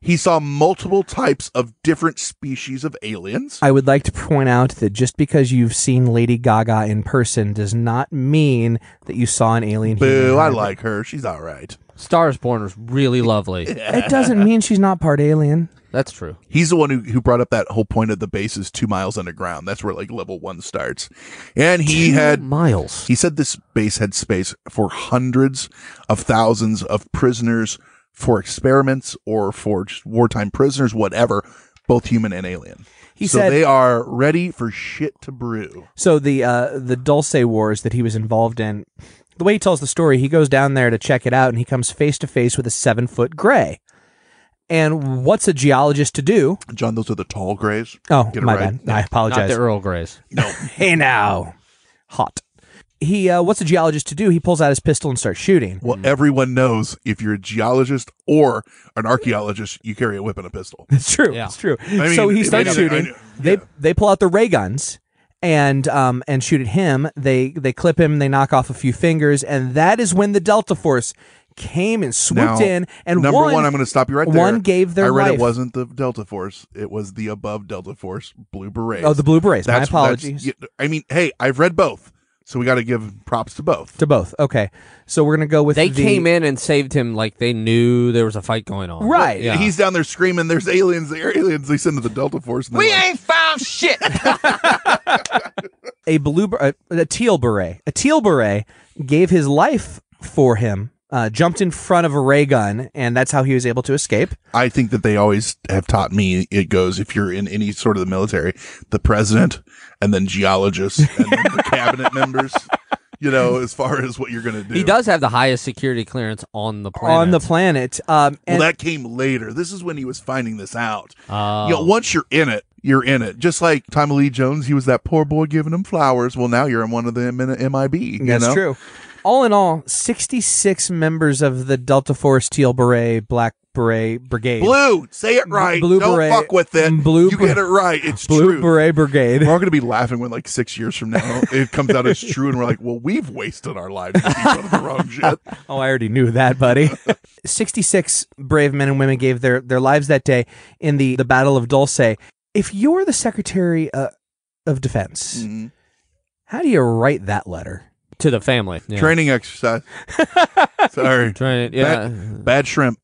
S4: He saw multiple types of different species of aliens.
S3: I would like to point out that just because you've seen Lady Gaga in person does not mean that you saw an alien.
S4: Boo,
S3: human
S4: I
S3: hybrid.
S4: like her. She's all right.
S6: Stars Born was really lovely.
S3: It doesn't mean she's not part alien.
S6: That's true.
S4: He's the one who, who brought up that whole point of the base is two miles underground. That's where like level one starts. And he had
S6: miles.
S4: He said this base had space for hundreds of thousands of prisoners for experiments or for just wartime prisoners, whatever, both human and alien.
S3: He
S4: so
S3: said-
S4: they are ready for shit to brew.
S3: So the uh, the Dulce Wars that he was involved in, the way he tells the story, he goes down there to check it out, and he comes face to face with a seven foot gray. And what's a geologist to do?
S4: John, those are the tall grays.
S3: Oh,
S4: Get it
S3: my
S4: right.
S3: bad. I apologize.
S6: Not the Earl Greys.
S3: hey now, hot. He uh, what's a geologist to do? He pulls out his pistol and starts shooting.
S4: Well, everyone knows if you're a geologist or an archaeologist, you carry a whip and a pistol.
S3: It's true. It's true.
S4: I mean,
S3: so
S4: I
S3: he starts
S4: mean, I
S3: shooting.
S4: know-
S3: They they pull out the ray guns and um and shoot at him. They they clip him. They knock off a few fingers, and that is when the Delta Force came and swooped in and
S4: number
S3: one,
S4: I'm going to stop you right there.
S3: One gave their
S4: I read
S3: life.
S4: it wasn't the Delta Force. It was the above Delta Force Blue Berets.
S3: Oh, the Blue Berets. My apologies.
S4: yeah, I mean, hey, I've read both, so we got to give props to both.
S3: to both. Okay, so we're gonna go with
S6: They
S3: the-
S6: came in and saved him like they knew there was a fight going on.
S3: Right.
S6: Yeah.
S4: He's down there screaming, "There's aliens! There are aliens!" They send to the Delta Force. And they're like,
S6: ain't found shit.
S3: a blue ber- a, a teal beret. A teal beret gave his life for him. Uh, jumped in front of a ray gun, and that's how he was able to escape.
S4: I think that they always have taught me it goes if you're in any sort of the military, the president and then geologists and then the cabinet members, you know, as far as what you're going to do.
S6: He does have the highest security clearance on the planet.
S3: On the planet, um,
S4: Well,
S3: and
S4: that came later. This is when he was finding this out.
S6: Oh.
S3: Um,
S4: You know, once you're in it, you're in it. Just like Tommy Lee Jones, he was that poor boy giving him flowers. Well, now you're in one of the M- MIB. you
S3: that's
S4: know?
S3: true. All in all, sixty-six members of the Delta Force Teal Beret Black Beret Brigade.
S4: Blue, say it right.
S3: Blue
S4: Don't
S3: beret. Mm,
S4: fuck with it.
S3: Blue
S4: you
S3: ber-
S4: get it right. It's
S3: Blue
S4: true.
S3: Beret Brigade.
S4: We're all going to be laughing when, like, six years from now, it comes out as true, and we're like, "Well, we've wasted our lives with each other the wrong shit."
S3: Oh, I already knew that, buddy. 66 brave men and women gave their, their lives that day in the, the Battle of Dulce. If you're the Secretary uh, of Defense,
S4: Mm. Mm-hmm.
S3: how do you write that letter?
S6: to the family. Yeah.
S4: Training exercise. Sorry,
S6: Train- yeah.
S4: bad, bad shrimp.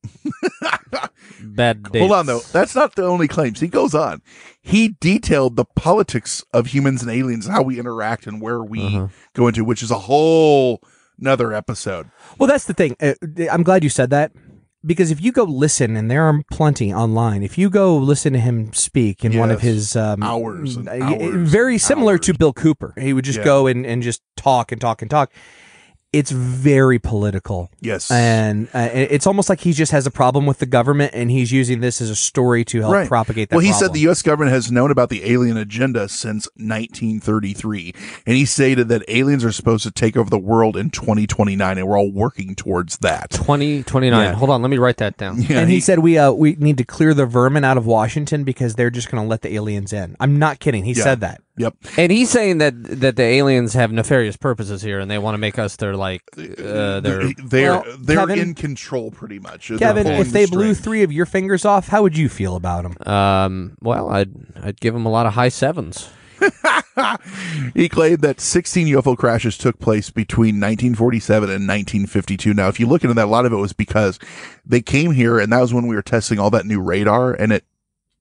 S6: Bad dates.
S4: Hold on, though. That's not the only claims. He goes on. He detailed the politics of humans and aliens, how we interact and where we
S3: Uh-huh.
S4: go into, which is a whole another episode.
S3: Well, that's the thing. Uh, I'm glad you said that because if you go listen, and there are plenty online, if you go listen to him speak in one of
S4: Yes.
S3: his um,
S4: Hours and
S3: uh,
S4: hours
S3: very similar to Bill Cooper, he would just
S4: Yeah.
S3: go and, and just talk and talk and talk. It's very political.
S4: Yes.
S3: And uh, it- it's almost like he just has a problem with the government and he's using this as a story to help propagate that.
S4: Well, he said
S3: problem.
S4: the U.S. government has known about the alien agenda since 1933, and he stated that aliens are supposed to take over the world in 2029, and we're all working towards that.
S6: 20, 29.
S4: Yeah.
S6: Hold on, let me write that down.
S4: Yeah,
S3: and he,
S4: he-
S3: said we uh, we need to clear the vermin out of Washington because they're just going to let the aliens in. I'm not kidding. He
S4: Yeah.
S3: said that.
S4: Yep.
S6: And he's saying that that the aliens have nefarious purposes here, and they want to make us their like uh, their.
S4: They're
S3: Well,
S4: they're
S3: Kevin-
S4: in control pretty much. is
S3: Kevin,
S4: the
S3: if
S4: pulling
S3: they
S4: the
S3: blew
S4: string.
S3: three of your fingers off, how would you feel about them?
S6: Um. Well, I'd I'd give them a lot of high sevens.
S4: he claimed that 16 UFO crashes took place between 1947 and 1952. Now, if you look into that, a lot of it was because they came here, and that was when we were testing all that new radar, and it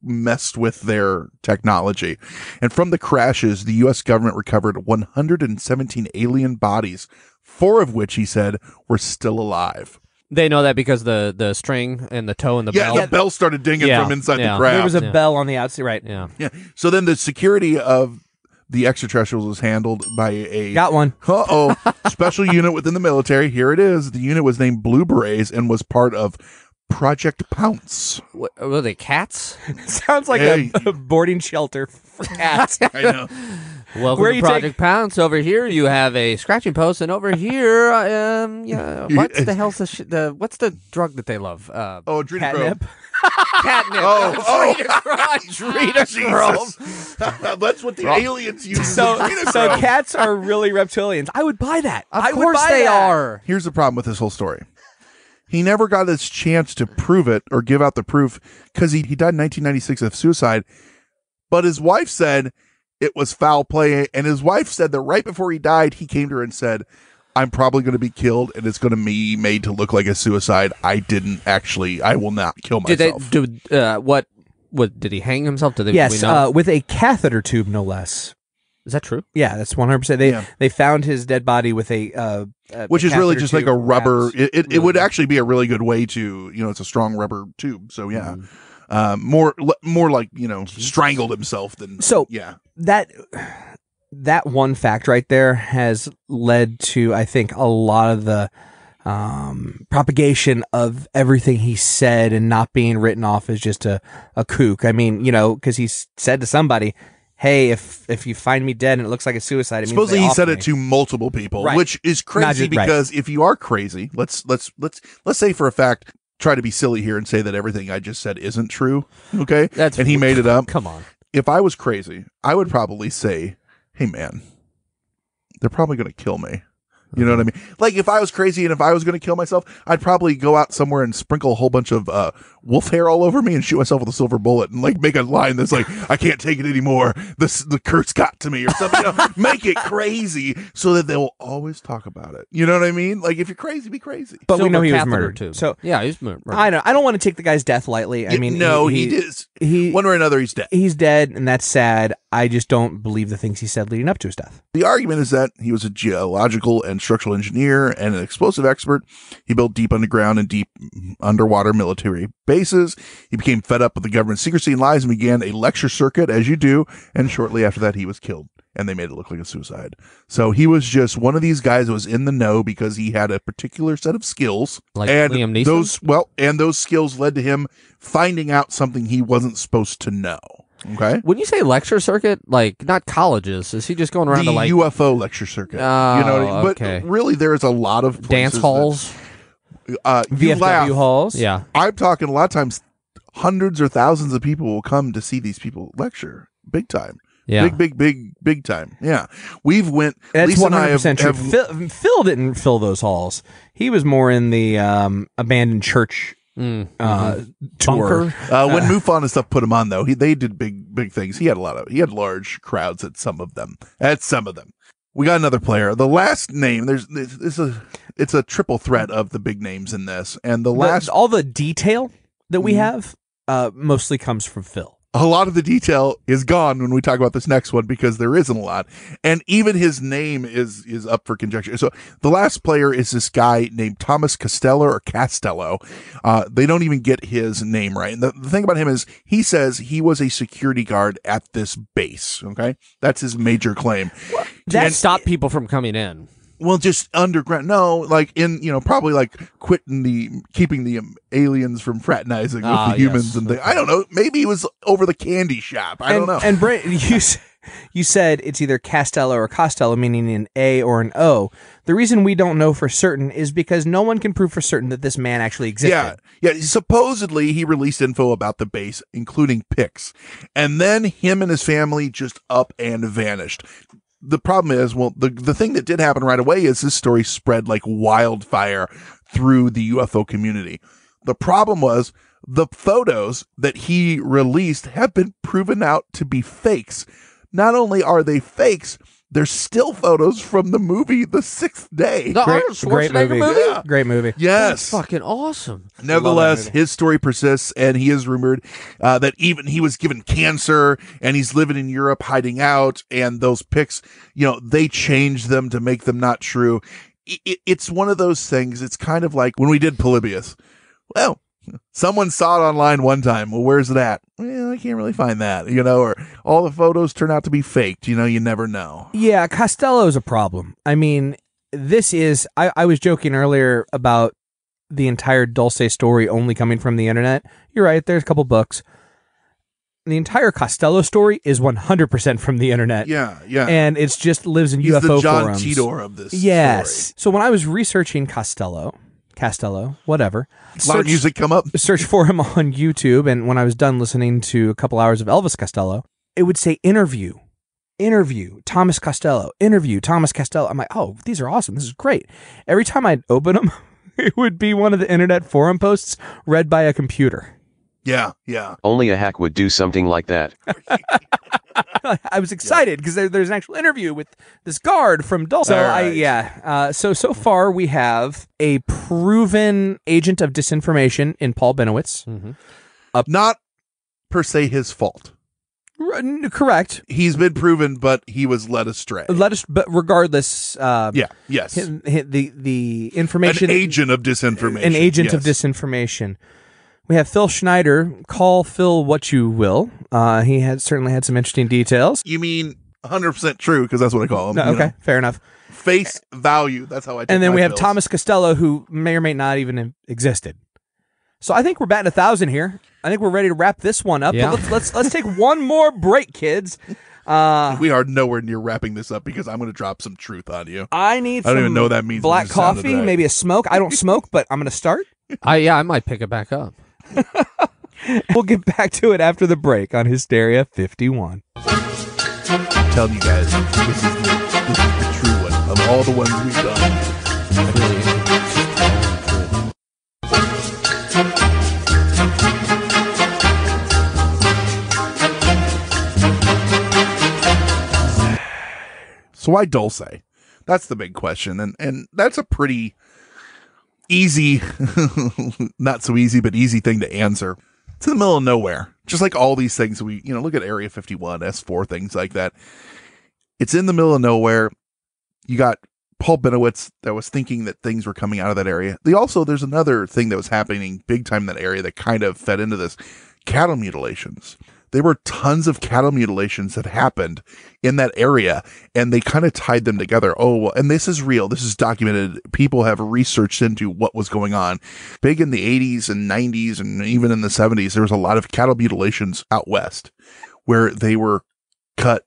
S4: messed with their technology. And from the crashes, the U.S. government recovered 117 alien bodies, four of which he said were still alive.
S6: They know that because the the string and the toe and the
S4: yeah,
S6: bell.
S4: the bell started dinging
S6: Yeah,
S4: from inside
S6: yeah.
S4: the craft.
S3: There was a
S6: Yeah.
S3: bell on the outside, right?
S6: yeah.
S4: yeah. So then the security of the extraterrestrials was handled by a
S3: Got one.
S4: Uh oh. Special unit within the military. Here it is. The unit was named Blue Berets and was part of Project Pounce.
S6: What, were they cats?
S3: Sounds like
S4: Hey.
S3: a, a boarding shelter for cats.
S4: I know.
S6: Welcome
S3: Where
S6: to
S3: you
S6: Project
S3: take-
S6: Pounce. Over here, you have a scratching post, and over here, um, yeah, what's the hell's the, sh- the what's the drug that they love? Uh,
S4: Oh, adrenochrome.
S3: Catnip.
S6: catnip.
S4: Oh, oh.
S6: adrenochrome.
S4: Jesus. That's what the aliens use.
S3: So,
S4: So,
S3: so cats are really reptilians. I would buy that.
S6: Of
S3: I would
S6: course
S3: buy
S6: they
S3: that.
S6: are.
S4: here's the problem with this whole story. He never got his chance to prove it or give out the proof because he, he died in 1996 of suicide. But his wife said it was foul play. And his wife said that right before he died, he came to her and said, I'm probably going to be killed and it's going to be made to look like a suicide. I didn't actually, I will not kill
S6: Did
S4: myself.
S6: they do? Uh, what? What did he hang himself? Did they, we
S3: Yes,
S6: know?
S3: uh, with a catheter tube, no less.
S6: Is that true?
S3: Yeah, that's one hundred percent. They
S4: Yeah.
S3: they found his dead body with a uh, a-
S4: Which
S3: a
S4: is really
S3: catheter
S4: just like
S3: tube
S4: a rubber.
S3: wrapped.
S4: It, it, it would actually be a really good way to, you know, it's a strong rubber tube. So yeah,
S3: Mm-hmm.
S4: um, more, le- more like, you know, strangled himself than,
S3: So-
S4: yeah.
S3: that that one fact right there has led to I think a lot of the um, propagation of everything he said and not being written off as just a, a kook. I mean, you know, because he s- said to somebody, "Hey, if if you find me dead and it looks like a suicide, it means
S4: supposedly
S3: they
S4: he
S3: offed
S4: said
S3: me."
S4: it to multiple people
S3: Right.
S4: which is
S3: Not
S4: crazy
S3: just- right.
S4: because if you are crazy let's let's let's let's say for a fact try to be silly here and say that everything i just said isn't true okay
S6: That's
S4: and he made it up
S6: Come on.
S4: if i was crazy i would probably say hey man they're probably going to kill me You know what I mean? Like if I was crazy and if I was going to kill myself, I'd probably go out somewhere and sprinkle a whole bunch of uh, wolf hair all over me and shoot myself with a silver bullet and like make a line that's like, I can't take it anymore. This the curse got to me or something. You know, make it crazy so that they'll always talk about it. You know what I mean? Like if you're crazy, be crazy.
S3: But we know he was murdered. Too. So
S6: yeah, he was murdered.
S3: I know. I don't want to take the guy's death lightly. I
S4: Yeah,
S3: mean,
S4: no, he is- one way or another, he's dead.
S3: He's dead, and that's sad. I just don't believe the things he said leading up to his death.
S4: The argument is that he was a geological and structural engineer and an explosive expert. He built deep underground and deep underwater military bases. He became fed up with the government's secrecy and lies and began a lecture circuit, as you do. And shortly after that, he was killed and they made it look like a suicide. So he was just one of these guys that was in the know because he had a particular set of skills.
S6: Like
S4: and
S6: Liam Neeson?
S4: Those, well, and those skills led to him finding out something he wasn't supposed to know. Okay.
S6: When you say lecture circuit, like not colleges, is he just going around
S4: the
S6: to like
S4: UFO lecture circuit. you know, what I mean?
S6: Oh,
S4: but
S6: okay.
S4: really, there is a lot of
S6: dance
S4: places
S6: halls?
S4: That, uh, you
S3: VFW
S4: laugh.
S3: halls?
S6: Yeah.
S4: I'm talking a lot of times, hundreds or thousands of people will come to see these people lecture, big time.
S6: Yeah.
S4: big, big, big, big time. Yeah, we've went.
S3: That's
S4: Lisa
S3: one
S4: and I
S3: hundred
S4: have,
S3: percent true.
S4: have-
S3: Phil, Phil didn't fill those halls. He was more in the um, abandoned church
S6: Mm,
S3: uh,
S6: mm-hmm.
S3: tour.
S4: Mm-hmm. Bunker. Uh, when
S3: Uh,
S4: Mufon and stuff put him on, though, he, they did big, big things. He had a lot of, he had large crowds at some of them. At some of them, we got another player. The last name, there's this, this is it's a triple threat of the big names in this, and the
S3: the-
S4: last
S3: all the detail that
S4: Mm-hmm.
S3: we have uh, mostly comes from Phil.
S4: a lot of the detail is gone when we talk about this next one because there isn't a lot and even his name is is up for conjecture so the last player is this guy named thomas costello or castello uh, they don't even get his name right and the, the thing about him is he says he was a security guard at this base okay that's his major claim
S6: that stop people from coming in?
S4: well, just underground. No, like in you know probably like quitting the keeping the um, aliens from fraternizing with
S6: Ah,
S4: the humans
S6: yes.
S4: and things. I don't know. Maybe he was over the candy shop. I
S3: and,
S4: don't know.
S3: And Brent, you s- you said it's either Castello or Costello, meaning an A or an O. The reason we don't know for certain is because no one can prove for certain that this man actually existed.
S4: Yeah, yeah. Supposedly he released info about the base, including pics, and then him and his family just up and vanished. The problem is, well, the the thing that did happen right away is this story spread like wildfire through the UFO community. The problem was the photos that he released have been proven out to be fakes. Not only are they fakes, they're still photos from the movie The Sixth Day.
S6: The Arnold
S3: great
S6: Schwarzenegger
S3: movie.
S6: movie?
S4: Yeah.
S3: Great movie.
S4: Yes.
S6: Fucking awesome.
S4: Nevertheless, his story persists, and he is rumored uh, that even he was given cancer, and he's living in Europe, hiding out. And those pics, you know, they changed them to make them not true. I i it's one of those things. It's kind of like when we did Polybius. Well, someone saw it online one time. Well, where's that? Well, I can't really find that, you know. Or all the photos turn out to be faked. You know, you never know.
S3: Yeah, Costello's a problem. I mean, this is. I, I was joking earlier about the entire Dulce story only coming from the internet. You're right. There's a couple books. The entire Costello story is 100% from the internet.
S4: Yeah, yeah.
S3: And it's just lives in
S4: He's
S3: UFO
S4: the John
S3: forums.
S4: Titor of this
S3: Yes. So when I was researching Costello, Castello, whatever,
S4: A lot of music come up.
S3: Search for him on YouTube, and when I was done listening to a couple hours of Elvis Costello, it would say interview, interview Thomas Costello, interview Thomas Costello. I'm like, oh, these are awesome. This is great. Every time I'd open them, it would be one of the internet forum posts read by a computer.
S4: Yeah, yeah.
S1: Only a hack would do something like that.
S3: I was excited because there, there's an actual interview with this guard from Dulce. So I,
S4: Alright.
S3: yeah. Uh, so so far we have a proven agent of disinformation in Paul Benowitz.
S4: Not per se his fault.
S3: R- n- correct.
S4: He's been proven, but he was led astray.
S3: Let us, but regardless, uh,
S4: Yeah. Yes.
S3: hi- hi- the the information
S4: An agent of disinformation.
S3: an agent of
S4: Yes.
S3: disinformation. We have Phil Schneider. Call Phil what you will. Uh, he had certainly had some interesting details.
S4: You mean 100% true because that's what I call him.
S3: No,
S4: Um, you
S3: okay,
S4: know.
S3: fair enough.
S4: Face value. That's how I. Take
S3: and then
S4: my
S3: we have
S4: pills.
S3: Thomas Costello, who may or may not even have existed. So I think we're batting a thousand here. I think we're ready to wrap this one up.
S6: Yeah.
S3: But let's let's let's take one more break, kids. Uh,
S4: We are nowhere near wrapping this up because I'm going to drop some truth on you.
S3: I need.
S4: I don't
S3: some
S4: even know what that means, but it
S3: Black
S4: just sounded
S3: coffee,
S4: right.
S3: maybe a smoke. I don't smoke, but I'm going to start.
S6: I yeah, I might pick it back up.
S3: We'll get back to it after the break on Hysteria 51.
S4: I'm telling you guys, this is the, this is the true one. of all the ones we've done. So why Dulce? That's the big question, and and that's a pretty easy, not so easy, but easy thing to answer. It's in the middle of nowhere, just like all these things we you know look at Area Fifty One, S four, things like that. It's in the middle of nowhere. You got Paul Benowitz that was thinking that things were coming out of that area. They also there's another thing that was happening big time in that area that kind of fed into this cattle mutilations. There were tons of cattle mutilations that happened in that area and they kind of tied them together. Oh, well, and this is real. This is documented. People have researched into what was going on. Big in the 80s and 90s and even in the 70s, there was a lot of cattle mutilations out west where they were cut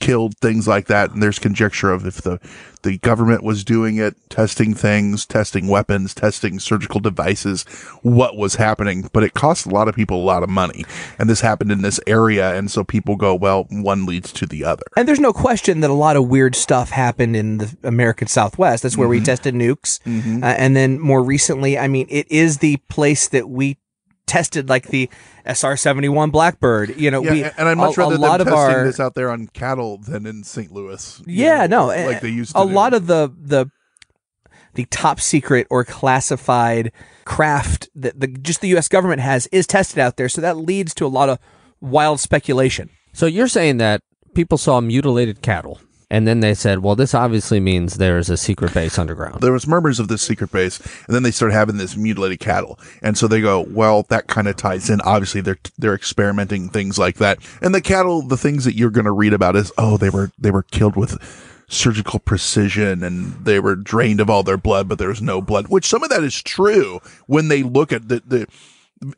S4: killed, things like that. And there's conjecture of if the, the government was doing it, testing things, testing weapons, testing surgical devices, what was happening. But it cost a lot of people a lot of money. And this happened in this area. And so people go, well, one leads to the other.
S3: And there's no question that a lot of weird stuff happened in the American Southwest. That's where
S4: Mm-hmm.
S3: we tested nukes. Uh, and then more recently, I mean, it is the place that we tested like the SR 71 Blackbird. You know,
S4: yeah,
S3: we,
S4: and- and I'm much
S3: a, a
S4: rather
S3: lot
S4: them
S3: of
S4: testing
S3: our,
S4: this out there on cattle than in St. Louis. you
S3: yeah,
S4: know,
S3: no, eh,
S4: like they used to
S3: a
S4: do.
S3: lot of the the the top secret or classified craft that the just the U.S. government has is tested out there, so that leads to a lot of wild speculation.
S6: So you're saying that people saw mutilated cattle, and then they said, "Well, this obviously means there is a secret base underground."
S4: there was murmurs of this secret base and then they started having this mutilated cattle and so they go well that kind of ties in obviously they're they're experimenting things like that and the cattle the things that you're going to read about is oh they were they were killed with surgical precision and they were drained of all their blood but there was no blood which some of that is true when they look at the the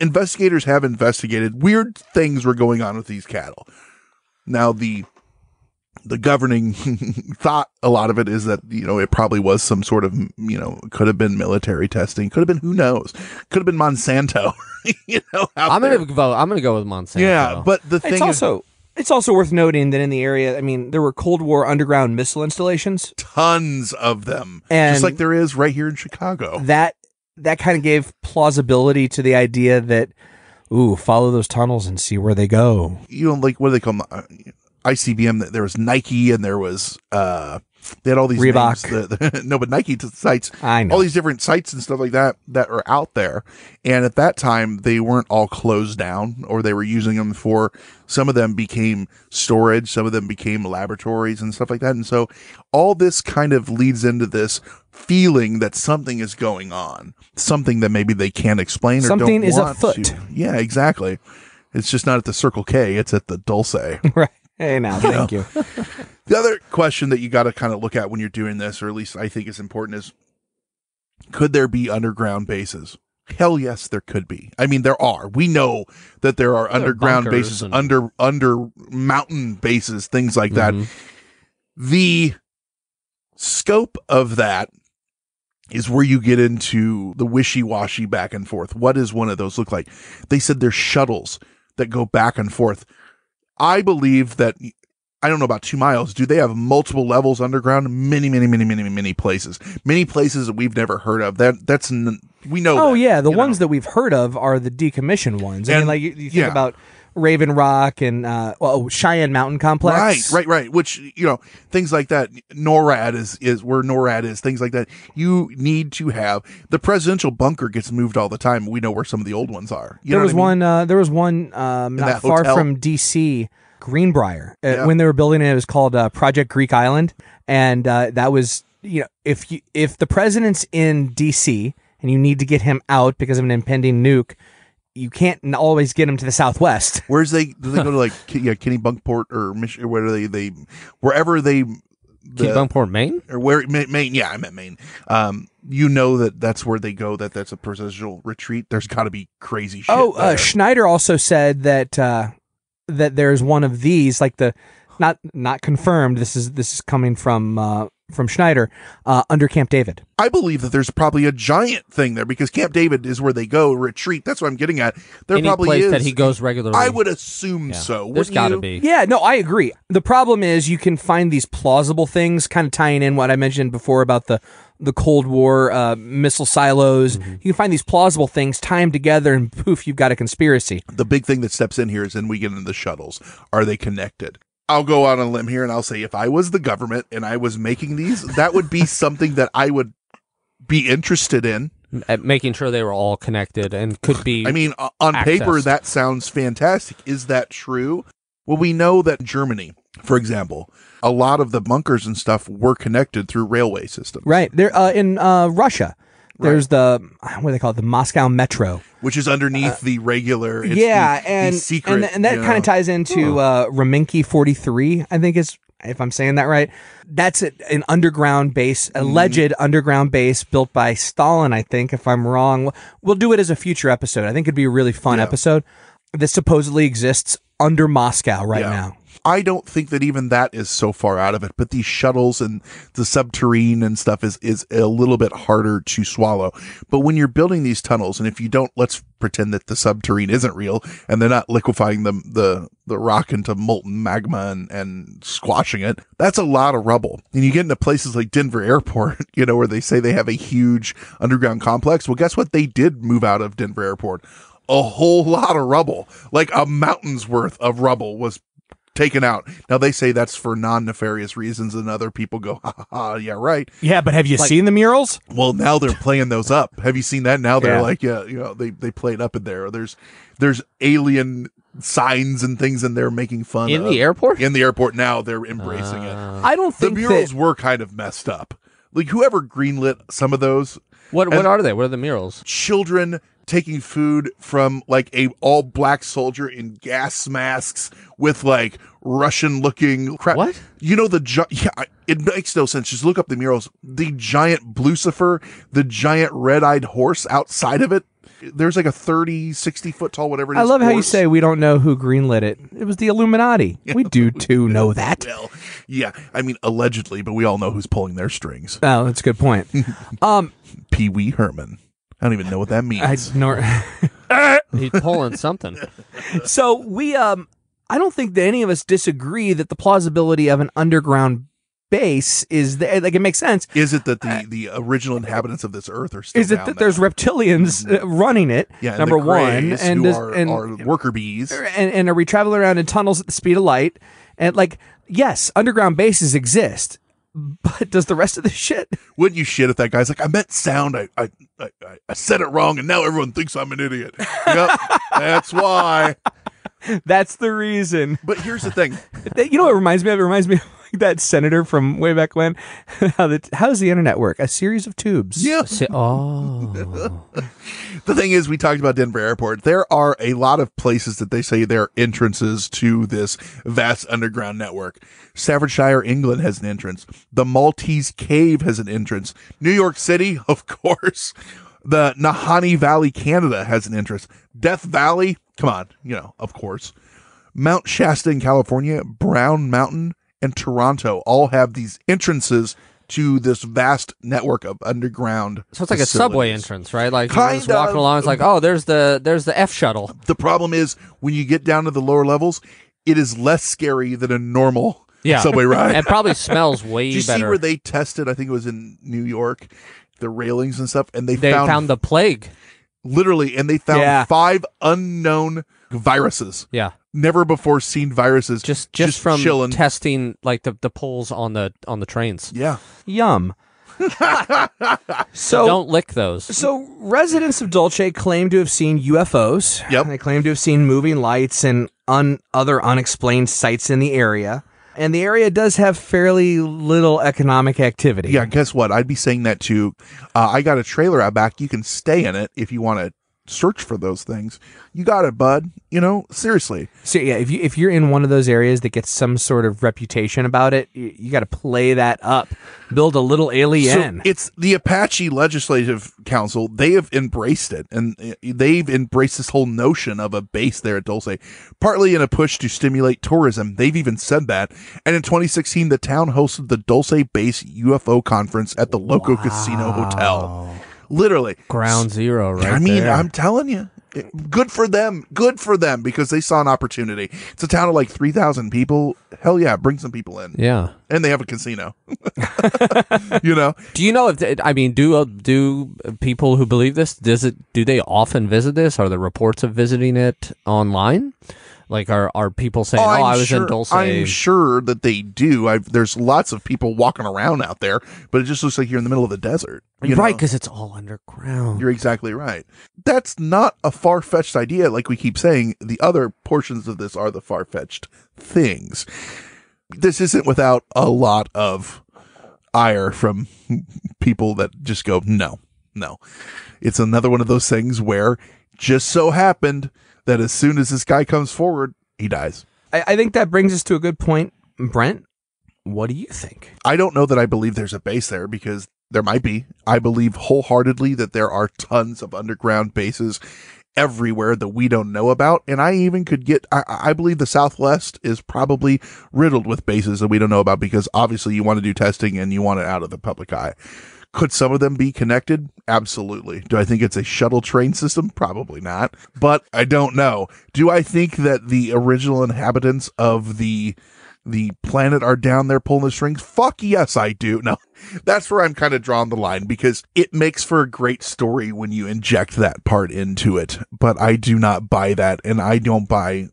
S4: investigators have investigated weird things were going on with these cattle now the the governing thought a lot of it is that you know it probably was some sort of you know could have been military testing could have been who knows could have been monsanto you know out
S6: I'm
S4: there.
S6: gonna go. I'm gonna go with Monsanto.
S4: yeah but the thing
S3: It's also it's also worth noting that in the area, I mean, there were Cold War underground missile installations.
S4: tons of them
S3: And-
S4: just like there is right here in chicago
S3: That that kind of gave plausibility to the idea that ooh, follow those tunnels and see where they go.
S4: you know like what do they call them Uh, icbm that there was nike and there was uh they had all these
S3: Reebok.
S4: names, the- the- no but nike t- sites
S3: I know.
S4: all these different sites and stuff like that that are out there. And at that time, they weren't all closed down, or they were using them for some of them became storage, some of them became laboratories and stuff like that. And so, all this kind of leads into this feeling that something is going on, something that maybe they can't explain or
S3: Something
S4: don't
S3: is
S4: want
S3: afoot.
S4: to. Yeah, exactly. It's just not at the Circle K; it's at the Dulce.
S3: right. Hey now, thank you.
S4: The other question that you got to kind of look at when you're doing this, or at least I think is important, is could there be underground bases? Hell yes, there could be. I mean, there are. We know that there are underground
S6: bunkers
S4: bases,
S6: and-
S4: under under mountain bases, things
S6: Mm-hmm.
S4: like that. The scope of that is where you get into the wishy-washy back and forth. What does one of those look like? They said there's shuttles that go back and forth. I believe that I don't know about two miles. Do they have multiple levels underground? Many, many, many, many, many places. Many places that we've never heard of. That that's n- we know.
S3: Oh
S4: that,
S3: yeah, the
S4: you
S3: ones
S4: know.
S3: that we've heard of are the decommissioned ones. I mean,
S4: And-
S3: like you, you think
S4: yeah.
S3: about Raven Rock and uh, well, Cheyenne Mountain Complex.
S4: Right, right, right. Which you know, things like that. NORAD is is where NORAD is. Things like that. You need to have the presidential bunker gets moved all the time. We know where some of the old ones are. You
S3: there
S4: know
S3: was
S4: what I mean?
S3: one. Uh, there was one um,
S4: that
S3: not far
S4: hotel?
S3: from D.C. Greenbrier uh,
S4: Yeah.
S3: when they were building it. It was called uh, Project Greek Island, and uh, that was you know if you, if the president's in D.C. and you need to get him out because of an impending nuke, you can't n- always get him to the Southwest.
S4: Where's they? Do they go to like Ki- yeah, Kenny Bunkport or Mich- or where they they wherever they.
S6: Keep
S4: the-
S6: Bunkport, Maine.
S4: or where Ma- Maine, yeah, I meant Maine. Um, you know that that's where they go. That that's a presidential retreat. There's got to be crazy shit.
S3: Oh, uh,
S4: there.
S3: Schneider also said that uh, that there's one of these, like the not not confirmed. This is this is coming from uh, from Schneider uh, under Camp David.
S4: I believe that there's probably a giant thing there because Camp David is where they go retreat. That's what I'm getting at. There
S6: Any
S4: probably
S6: place
S4: is
S6: that he goes regularly.
S4: I would assume so.
S6: There's
S4: wouldn't
S6: gotta
S4: you?
S6: be.
S3: Yeah, no, I agree. The problem is you can find these plausible things, kind of tying in what I mentioned before about the the Cold War uh, missile silos. You can find these plausible things, tie them together, and poof, you've got a conspiracy.
S4: The big thing that steps in here is then we get into the shuttles. Are they connected? I'll go out on a limb here and I'll say if I was the government and I was making these, that would be something that I would be interested in.
S6: At making sure they were all connected and could be.
S4: I mean, o- on paper,
S6: accessed.
S4: that sounds fantastic. Is that true? Well, we know that Germany, for example, a lot of the bunkers and stuff were connected through railway systems,
S3: Right there uh, in uh, Russia, there's the what do they call it, the Moscow Metro.
S4: which is underneath the regular. it's
S3: Uh, yeah,
S4: the- the
S3: and,
S4: secret,
S3: and th- and that
S4: you
S3: kind
S4: know.
S3: of ties into uh, Reminky 43, I think is if I'm saying that right. That's a, an underground base,
S4: Mm-hmm.
S3: alleged underground base built by Stalin, I think. If I'm wrong, We'll- we'll do it as a future episode. I think it'd be a really fun episode that supposedly exists under Moscow right
S4: Yeah.
S3: now.
S4: I don't think that even that is so far out of it, but these shuttles and the subterrane and stuff is is a little bit harder to swallow. But when you're building these tunnels, and if you don't, let's pretend that the subterrane isn't real and they're not liquefying the the, the rock into molten magma and, and squashing it, that's a lot of rubble. And you get into places like Denver Airport, you know, where they say they have a huge underground complex. Well, guess what? They did move out of Denver Airport. A whole lot of rubble, like a mountain's worth of rubble was taken out. Now they say that's for non nefarious reasons, and other people go, ha ha, ha yeah, right.
S3: Yeah, but have you
S4: Like-
S3: seen the murals?
S4: Well, now they're playing those up. Have you seen that? Now they're
S3: Yeah.
S4: like, yeah, you know, they they play it up in there. There's there's alien signs and things in there making fun
S6: In
S4: of-
S6: the airport?
S4: In the airport now, they're embracing it.
S3: I don't
S4: The
S3: Uh, think
S4: murals
S3: that,
S4: were kind of messed up. Like whoever greenlit some of those
S6: what
S4: and-
S6: what are they? What are the murals?
S4: children taking food from like a all black soldier in gas masks with like Russian looking crap.
S6: What?
S4: You know the gi- yeah, I- it makes no sense. Just look up the murals. The giant Lucifer, the giant red-eyed horse outside of it. There's like a 30, 60 foot tall whatever it is.
S3: I love how you
S4: horse.
S3: say we don't know who greenlit it. It was the Illuminati. We do too know that.
S4: well, yeah, I mean allegedly, but we all know who's pulling their strings.
S3: Oh, that's a good point. Um,
S4: Pee Wee Herman. I don't even know what that means.
S3: I nor-
S6: He's pulling something.
S3: so we um I don't think that any of us disagree that the plausibility of an underground base is there. Like it makes sense.
S4: is it that the, the original inhabitants of this earth are still
S3: Is it
S4: down
S3: that
S4: there? Mm-hmm.
S3: there's reptilians uh, running it?
S4: Yeah, and
S3: number
S4: the Greys,
S3: one, and
S4: who
S3: does-
S4: are,
S3: and,
S4: are worker bees.
S3: and and are we traveling around in tunnels at the speed of light? And like, yes, underground bases exist, but does the rest of the shit?
S4: Wouldn't you shit if that guy's like, I meant sound, I I, I, I- I said it wrong, and now everyone thinks I'm an idiot. yep, that's why.
S3: That's the reason.
S4: But here's the thing.
S3: That- you know what it reminds me of? It reminds me of like, that senator from way back when. how, the, how does the internet work? A series of tubes.
S4: Yeah,
S6: Say- oh,
S4: the thing is, we talked about Denver Airport. There are a lot of places that they say there are entrances to this vast underground network. Staffordshire, England has an entrance. The Maltese Cave has an entrance. New York City, of course. The Nahani Valley, Canada has an entrance. Death Valley, come on, you know, of course. Mount Shasta in California, Brown Mountain, and Toronto all have these entrances to this vast network of underground.
S6: so it's like a subway
S4: facilities.
S6: entrance, right? Like you're just
S4: Kind
S6: walking
S4: of.
S6: along. It's like, oh, there's the there's the F shuttle.
S4: The problem is when you get down to the lower levels, it is less scary than a normal
S6: Yeah.
S4: subway ride.
S6: It probably smells way
S4: Did you
S6: better.
S4: see where they tested? I think it was in New York, the railings and stuff, and they,
S6: they found, the plague.
S4: literally, and they found
S3: Yeah.
S4: five unknown viruses,
S6: Yeah,
S4: never before seen viruses,
S6: just just, from
S4: chilling.
S6: testing like the the pulls on the on the trains.
S4: yeah,
S3: Yum. so
S6: Don't lick those.
S3: So residents of Dolce claim to have seen UFOs.
S4: Yep.
S3: They claim to have seen moving lights and un- other unexplained sights in the area. And the area does have fairly little economic activity.
S4: yeah. Guess what? I'd be saying that too. Uh, I got a trailer out back. You can stay in it if you want to search for those things. You got it, bud. You know, seriously.
S3: So yeah, if you if you're in one of those areas that gets some sort of reputation about it, you, you got to play that up, build a little alien.
S4: So it's the Apache Legislative Council. They have embraced it, and uh, they've embraced this whole notion of a base there at Dulce, partly in a push to stimulate tourism. They've even said that. And in 2016, the town hosted the Dulce Base UFO Conference at the Loco Casino Hotel. Literally,
S6: ground zero, right?
S4: I mean,
S6: there.
S4: I'm telling you, it- good for them. Good for them because they saw an opportunity. It's a town of like 3,000 people. Hell yeah, bring some people in.
S6: yeah.
S4: And they have a casino. you know,
S6: Do you know if th- I mean do uh, do people who believe this does it do they often visit this? Are there reports of visiting it online? Like are are people saying, "Oh,
S4: I'm
S6: I was
S4: sure,
S6: in Dulce."
S4: I'm sure that they do. I've, there's lots of people walking around out there, but it just looks like you're in the middle of the desert. You
S6: right,
S4: know?
S6: because it's all underground.
S4: You're exactly right. That's not a far fetched idea. Like we keep saying, the other portions of this are the far fetched things. This isn't without a lot of ire from people that just go, no, no. It's another one of those things where just so happened that as soon as this guy comes forward, he dies.
S3: I, I think that brings us to a good point, Brent. What do you think?
S4: I don't know that I believe there's a base there because there might be. I believe wholeheartedly that there are tons of underground bases everywhere that we don't know about. And I even could get, I, I believe the Southwest is probably riddled with bases that we don't know about because obviously you want to do testing and you want it out of the public eye. Could some of them be connected? Absolutely. Do I think it's a shuttle train system? Probably not. But I don't know. Do I think that the original inhabitants of the the planet are down there pulling the strings? Fuck yes, I do. No, that's where I'm kind of drawing the line because it makes for a great story when you inject that part into it. But I do not buy that, and I don't buy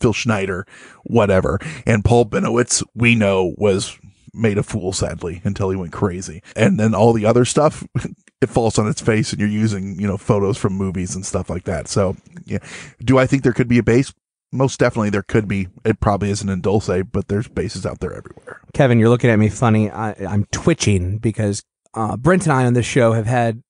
S4: Phil Schneider, whatever. And Paul Benowitz, we know, was made a fool, sadly, until he went crazy. And then all the other stuff. It falls on its face, and you're using, you know, photos from movies and stuff like that. So, yeah. Do I think there could be a base? most definitely there could be. It probably isn't in Dulce, but there's bases out there everywhere.
S3: Kevin, you're looking at me funny. I, I'm twitching because uh, Brent and I on this show have had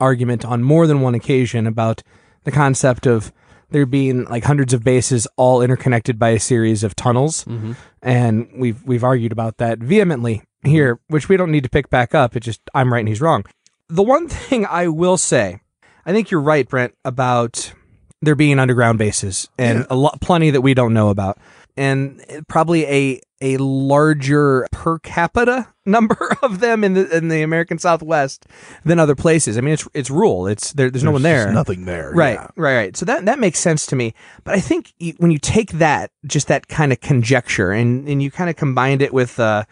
S3: argument on more than one occasion about the concept of there being like hundreds of bases all interconnected by a series of tunnels,
S4: Mm-hmm.
S6: Mhm.
S3: and we've we've argued about that vehemently here, which we don't need to pick back up. It just I'm right and he's wrong. The one thing I will say, I think you're right, Brent, about there being underground bases and a lot, plenty that we don't know about, and probably a a larger per capita number of them in the in the American Southwest than other places. I mean, it's it's rule. It's there, there's, no one
S4: There's
S3: there.
S4: just nothing there,
S3: Right,
S4: yeah.
S3: right, right. So that that makes sense to me. But I think you, when you take that, just that kind of conjecture, and and you kind of combined it with. Uh,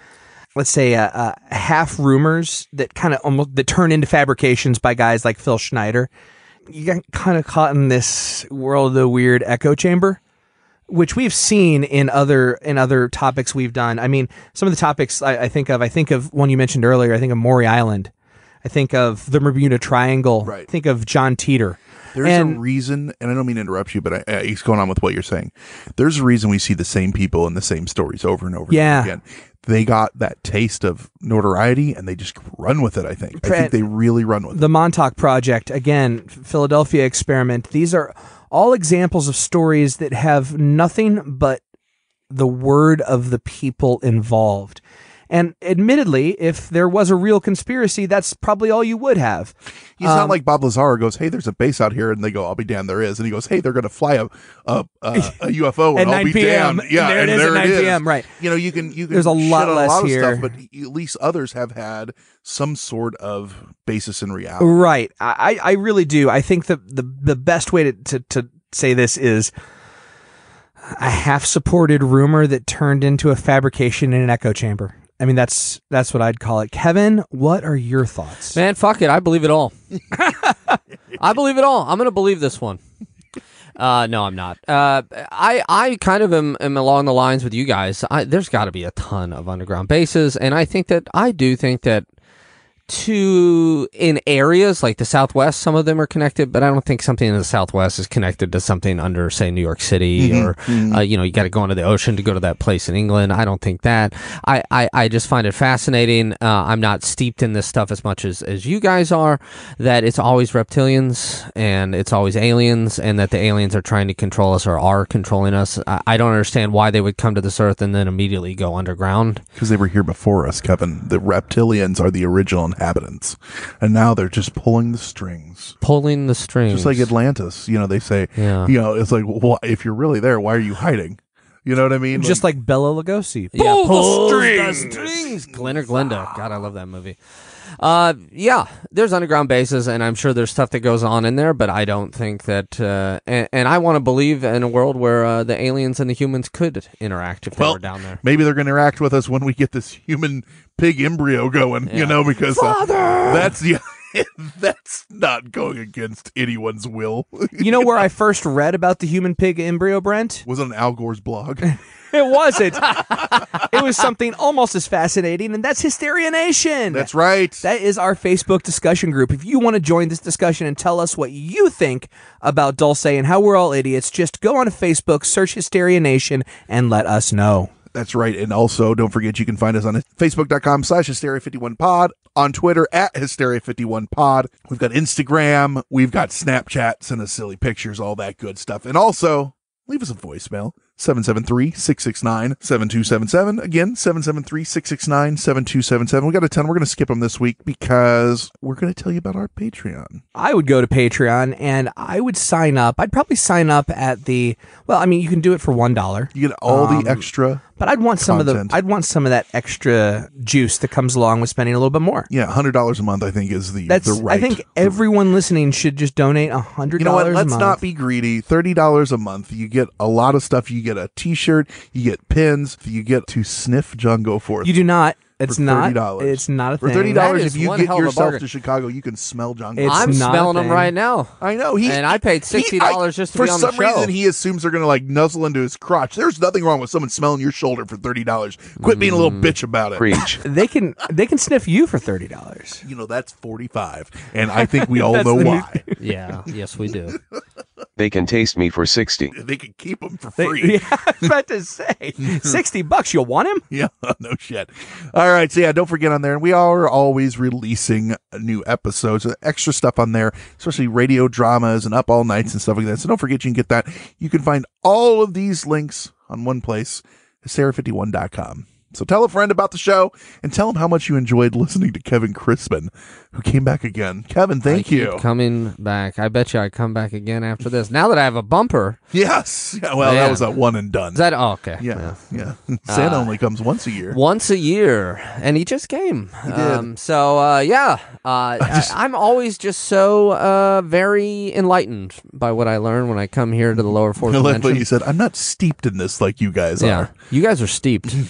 S3: Let's say uh, uh, half rumors that kind of almost that turn into fabrications by guys like Phil Schneider. You got kind of caught in this world of the weird echo chamber which we've seen in other in other topics we've done. I mean, some of the topics I, I think of, I think of one you mentioned earlier. I think of Maury Island. I think of the Bermuda Triangle. Right. I think of John Teeter.
S4: There's a reason, and I don't mean to interrupt you, but I, I, it's going on with what you're saying. There's a reason we see the same people and the same stories over and over and
S3: Yeah.
S4: again. They got that taste of notoriety and they just run with it, I think. I
S3: Brett-
S4: think they really run with it.
S3: the Montauk Project, again, Philadelphia experiment. These are all examples of stories that have nothing but the word of the people involved. And admittedly, if there was a real conspiracy, that's probably all you would have.
S4: He's not
S3: Um,
S4: like Bob Lazar goes, Hey, there's a base out here. And they go, I'll be damned, there is. And he goes, Hey, they're going to fly a, a, a, a UFO and
S3: At
S4: I'll
S3: 9
S4: be
S3: p.m.
S4: damned. Yeah.
S3: There it
S4: and
S3: is at
S4: there
S3: 9
S4: it is.
S3: p.m., right.
S4: You know, you can, you can,
S3: There's a
S4: shit
S3: lot
S4: on
S3: less
S4: of
S3: here.
S4: Stuff, but at least others have had some sort of basis in reality.
S3: Right. I, I I really do. I think the, the, the best way to, to, to say this is a half supported rumor that turned into a fabrication in an echo chamber. I mean that's that's what I'd call it. Kevin, what are your thoughts?
S6: Man, fuck it. I believe it all. I believe it all. I'm going to believe this one. Uh, no, I'm not. Uh, I I kind of am, am along the lines with you guys. I, there's got to be a ton of underground bases, and I think that I do think that to in areas like the Southwest, some of them are connected, but I don't think something in the Southwest is connected to something under, say, New York City
S4: Mm-hmm.
S9: Mhm,
S6: or
S9: mhm.
S6: uh, you know you got to go into the ocean to go to that place in England. I don't think that. I I, I just find it fascinating. Uh, I'm not steeped in this stuff as much as as you guys are. That it's always reptilians and it's always aliens, and that the aliens are trying to control us or are controlling us. I, I don't understand why they would come to this earth and then immediately go underground.
S4: Because they were here before us, Kevin. The reptilians are the original inhabitants, and now they're just pulling the strings.
S6: Pulling the strings,
S4: Just like Atlantis, you know, they say,
S6: Yeah.
S4: you know, it's like, well, if you're really there, why are you hiding? You know what I mean?
S3: Just like Bella Lugosi.
S6: Yeah,
S3: Pull the
S6: pulls
S3: strings.
S6: Glenn or Glenda. God, I love that movie. Uh, yeah, there's underground bases, and I'm sure there's stuff that goes on in there, but I don't think that. Uh, and, and I want to believe in a world where uh, the aliens and the humans could interact if they were down there.
S4: Maybe they're going to interact with us when we get this human pig embryo going, you know, because uh, that's yeah, that's not going against anyone's will.
S3: you know where I first read about the human pig embryo, Brent?
S4: Was on Al Gore's blog.
S3: it wasn't. it was something almost as fascinating, and that's Hysteria Nation. That's
S4: right.
S3: That is our Facebook discussion group. If you want to join this discussion and tell us what you think about Dulce and how we're all idiots, just go on to Facebook, search Hysteria Nation, and let us know.
S4: That's right. And also, don't forget you can find us on facebook.com slash hysteria51pod, on Twitter at hysteria51pod. We've got Instagram, we've got Snapchat, send us silly pictures, all that good stuff. And also, leave us a voicemail 773 669 7277. Again, 773 669 7277. We got a ton. We're going to skip them this week because we're going to tell you about our Patreon.
S3: I would go to Patreon and I would sign up. I'd probably sign up at the well. I mean, you can do it for one dollar.
S4: You get all
S3: Um,
S4: the extra,
S3: but I'd want some of
S4: content.
S3: the. I'd want some of that extra juice that comes along with spending a little bit more.
S4: Yeah, $100 a month, I think, is the,
S3: That's.
S4: the right.
S3: I think everyone listening should just donate a hundred
S4: You know
S3: dollars
S4: what?
S3: a
S4: Let's
S3: month.
S4: not be greedy. Thirty dollars a month, you get a lot of stuff. You get a T-shirt, you get pins, you get to sniff Jungle Forth.
S3: You do not. It's
S4: for
S3: not.
S4: $30.
S3: It's not a
S4: for
S3: thing.
S4: thirty dollars, if you get yourself
S3: Chicago.
S4: to Chicago, you can smell Jungle.
S3: It's
S4: Forth.
S6: I'm smelling them right now.
S4: I know. He,
S6: and I paid sixty dollars just to
S4: for
S6: be on
S4: some
S6: the show.
S4: reason he assumes they're gonna like nuzzle into his crotch. There's nothing wrong with someone smelling your shoulder for thirty dollars. Quit being a
S6: Mm,
S4: little bitch about it.
S1: Preach.
S3: they can. They can sniff you for thirty dollars.
S4: You know that's forty five, and I think we all know why.
S6: yeah. Yes, we do.
S1: They can taste me for 60.
S4: They could keep them for
S3: They-
S4: free.
S3: yeah, I was about to say sixty bucks. You'll want him.
S4: Yeah, no shit. All right, so yeah, don't forget on there, and we are always releasing new episodes, uh, extra stuff on there, especially radio dramas and up all nights and stuff like that. So don't forget you can get that. You can find all of these links on one place, sarah51.com. So tell a friend about the show and tell them how much you enjoyed listening to Kevin Crispin, who came back again. Kevin, thank
S6: I
S4: you.
S6: keep coming back. I bet you I come back again after this. Now that I have a bumper.
S4: Yes. Yeah, well, that was a one and done.
S6: Is that oh, okay?
S4: Yeah, yeah. Santa only comes once a year.
S6: Once a year, and he just came. He
S4: did.
S6: Um, so uh, yeah, uh, I I'm always just so uh, very enlightened by what I learn when I come here to the lower fourth
S4: I like
S6: dimension.
S4: what you said. I'm not steeped in this like you guys
S6: Yeah.
S4: are.
S6: You guys are steeped.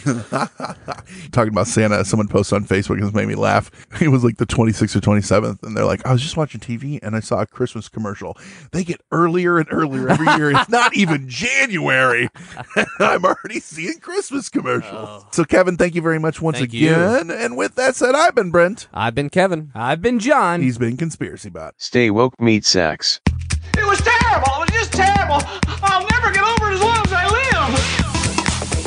S4: Talking about Santa, someone posted on Facebook and this made me laugh. It was like the 26th or 27th, and they're like, I was just watching TV and I saw a Christmas commercial. They get earlier and earlier every year. It's not even January. I'm already seeing Christmas commercials. So, Kevin, thank you very much once
S6: Oh. Thank you.
S4: again. And with that said, I've been Brent.
S6: I've been Kevin.
S3: I've been John.
S4: He's been Conspiracy Bot.
S1: Stay woke, meat sacks.
S10: It was terrible. It was just terrible. I'll never get over it as long as I live.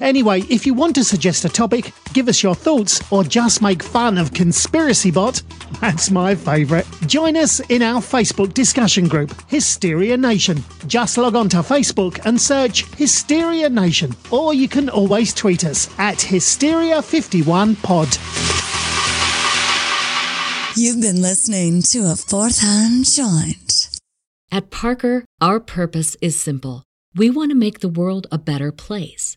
S11: Anyway, if you want to suggest a topic, give us your thoughts, or just make fun of Conspiracy Bot, that's my favourite. Join us in our Facebook discussion group, Hysteria Nation. Just log on to Facebook and search Hysteria Nation, or you can always tweet us at Hysteria51Pod.
S12: You've been listening to a fourth hand joint.
S8: At Parker, our purpose is simple. We want to make the world a better place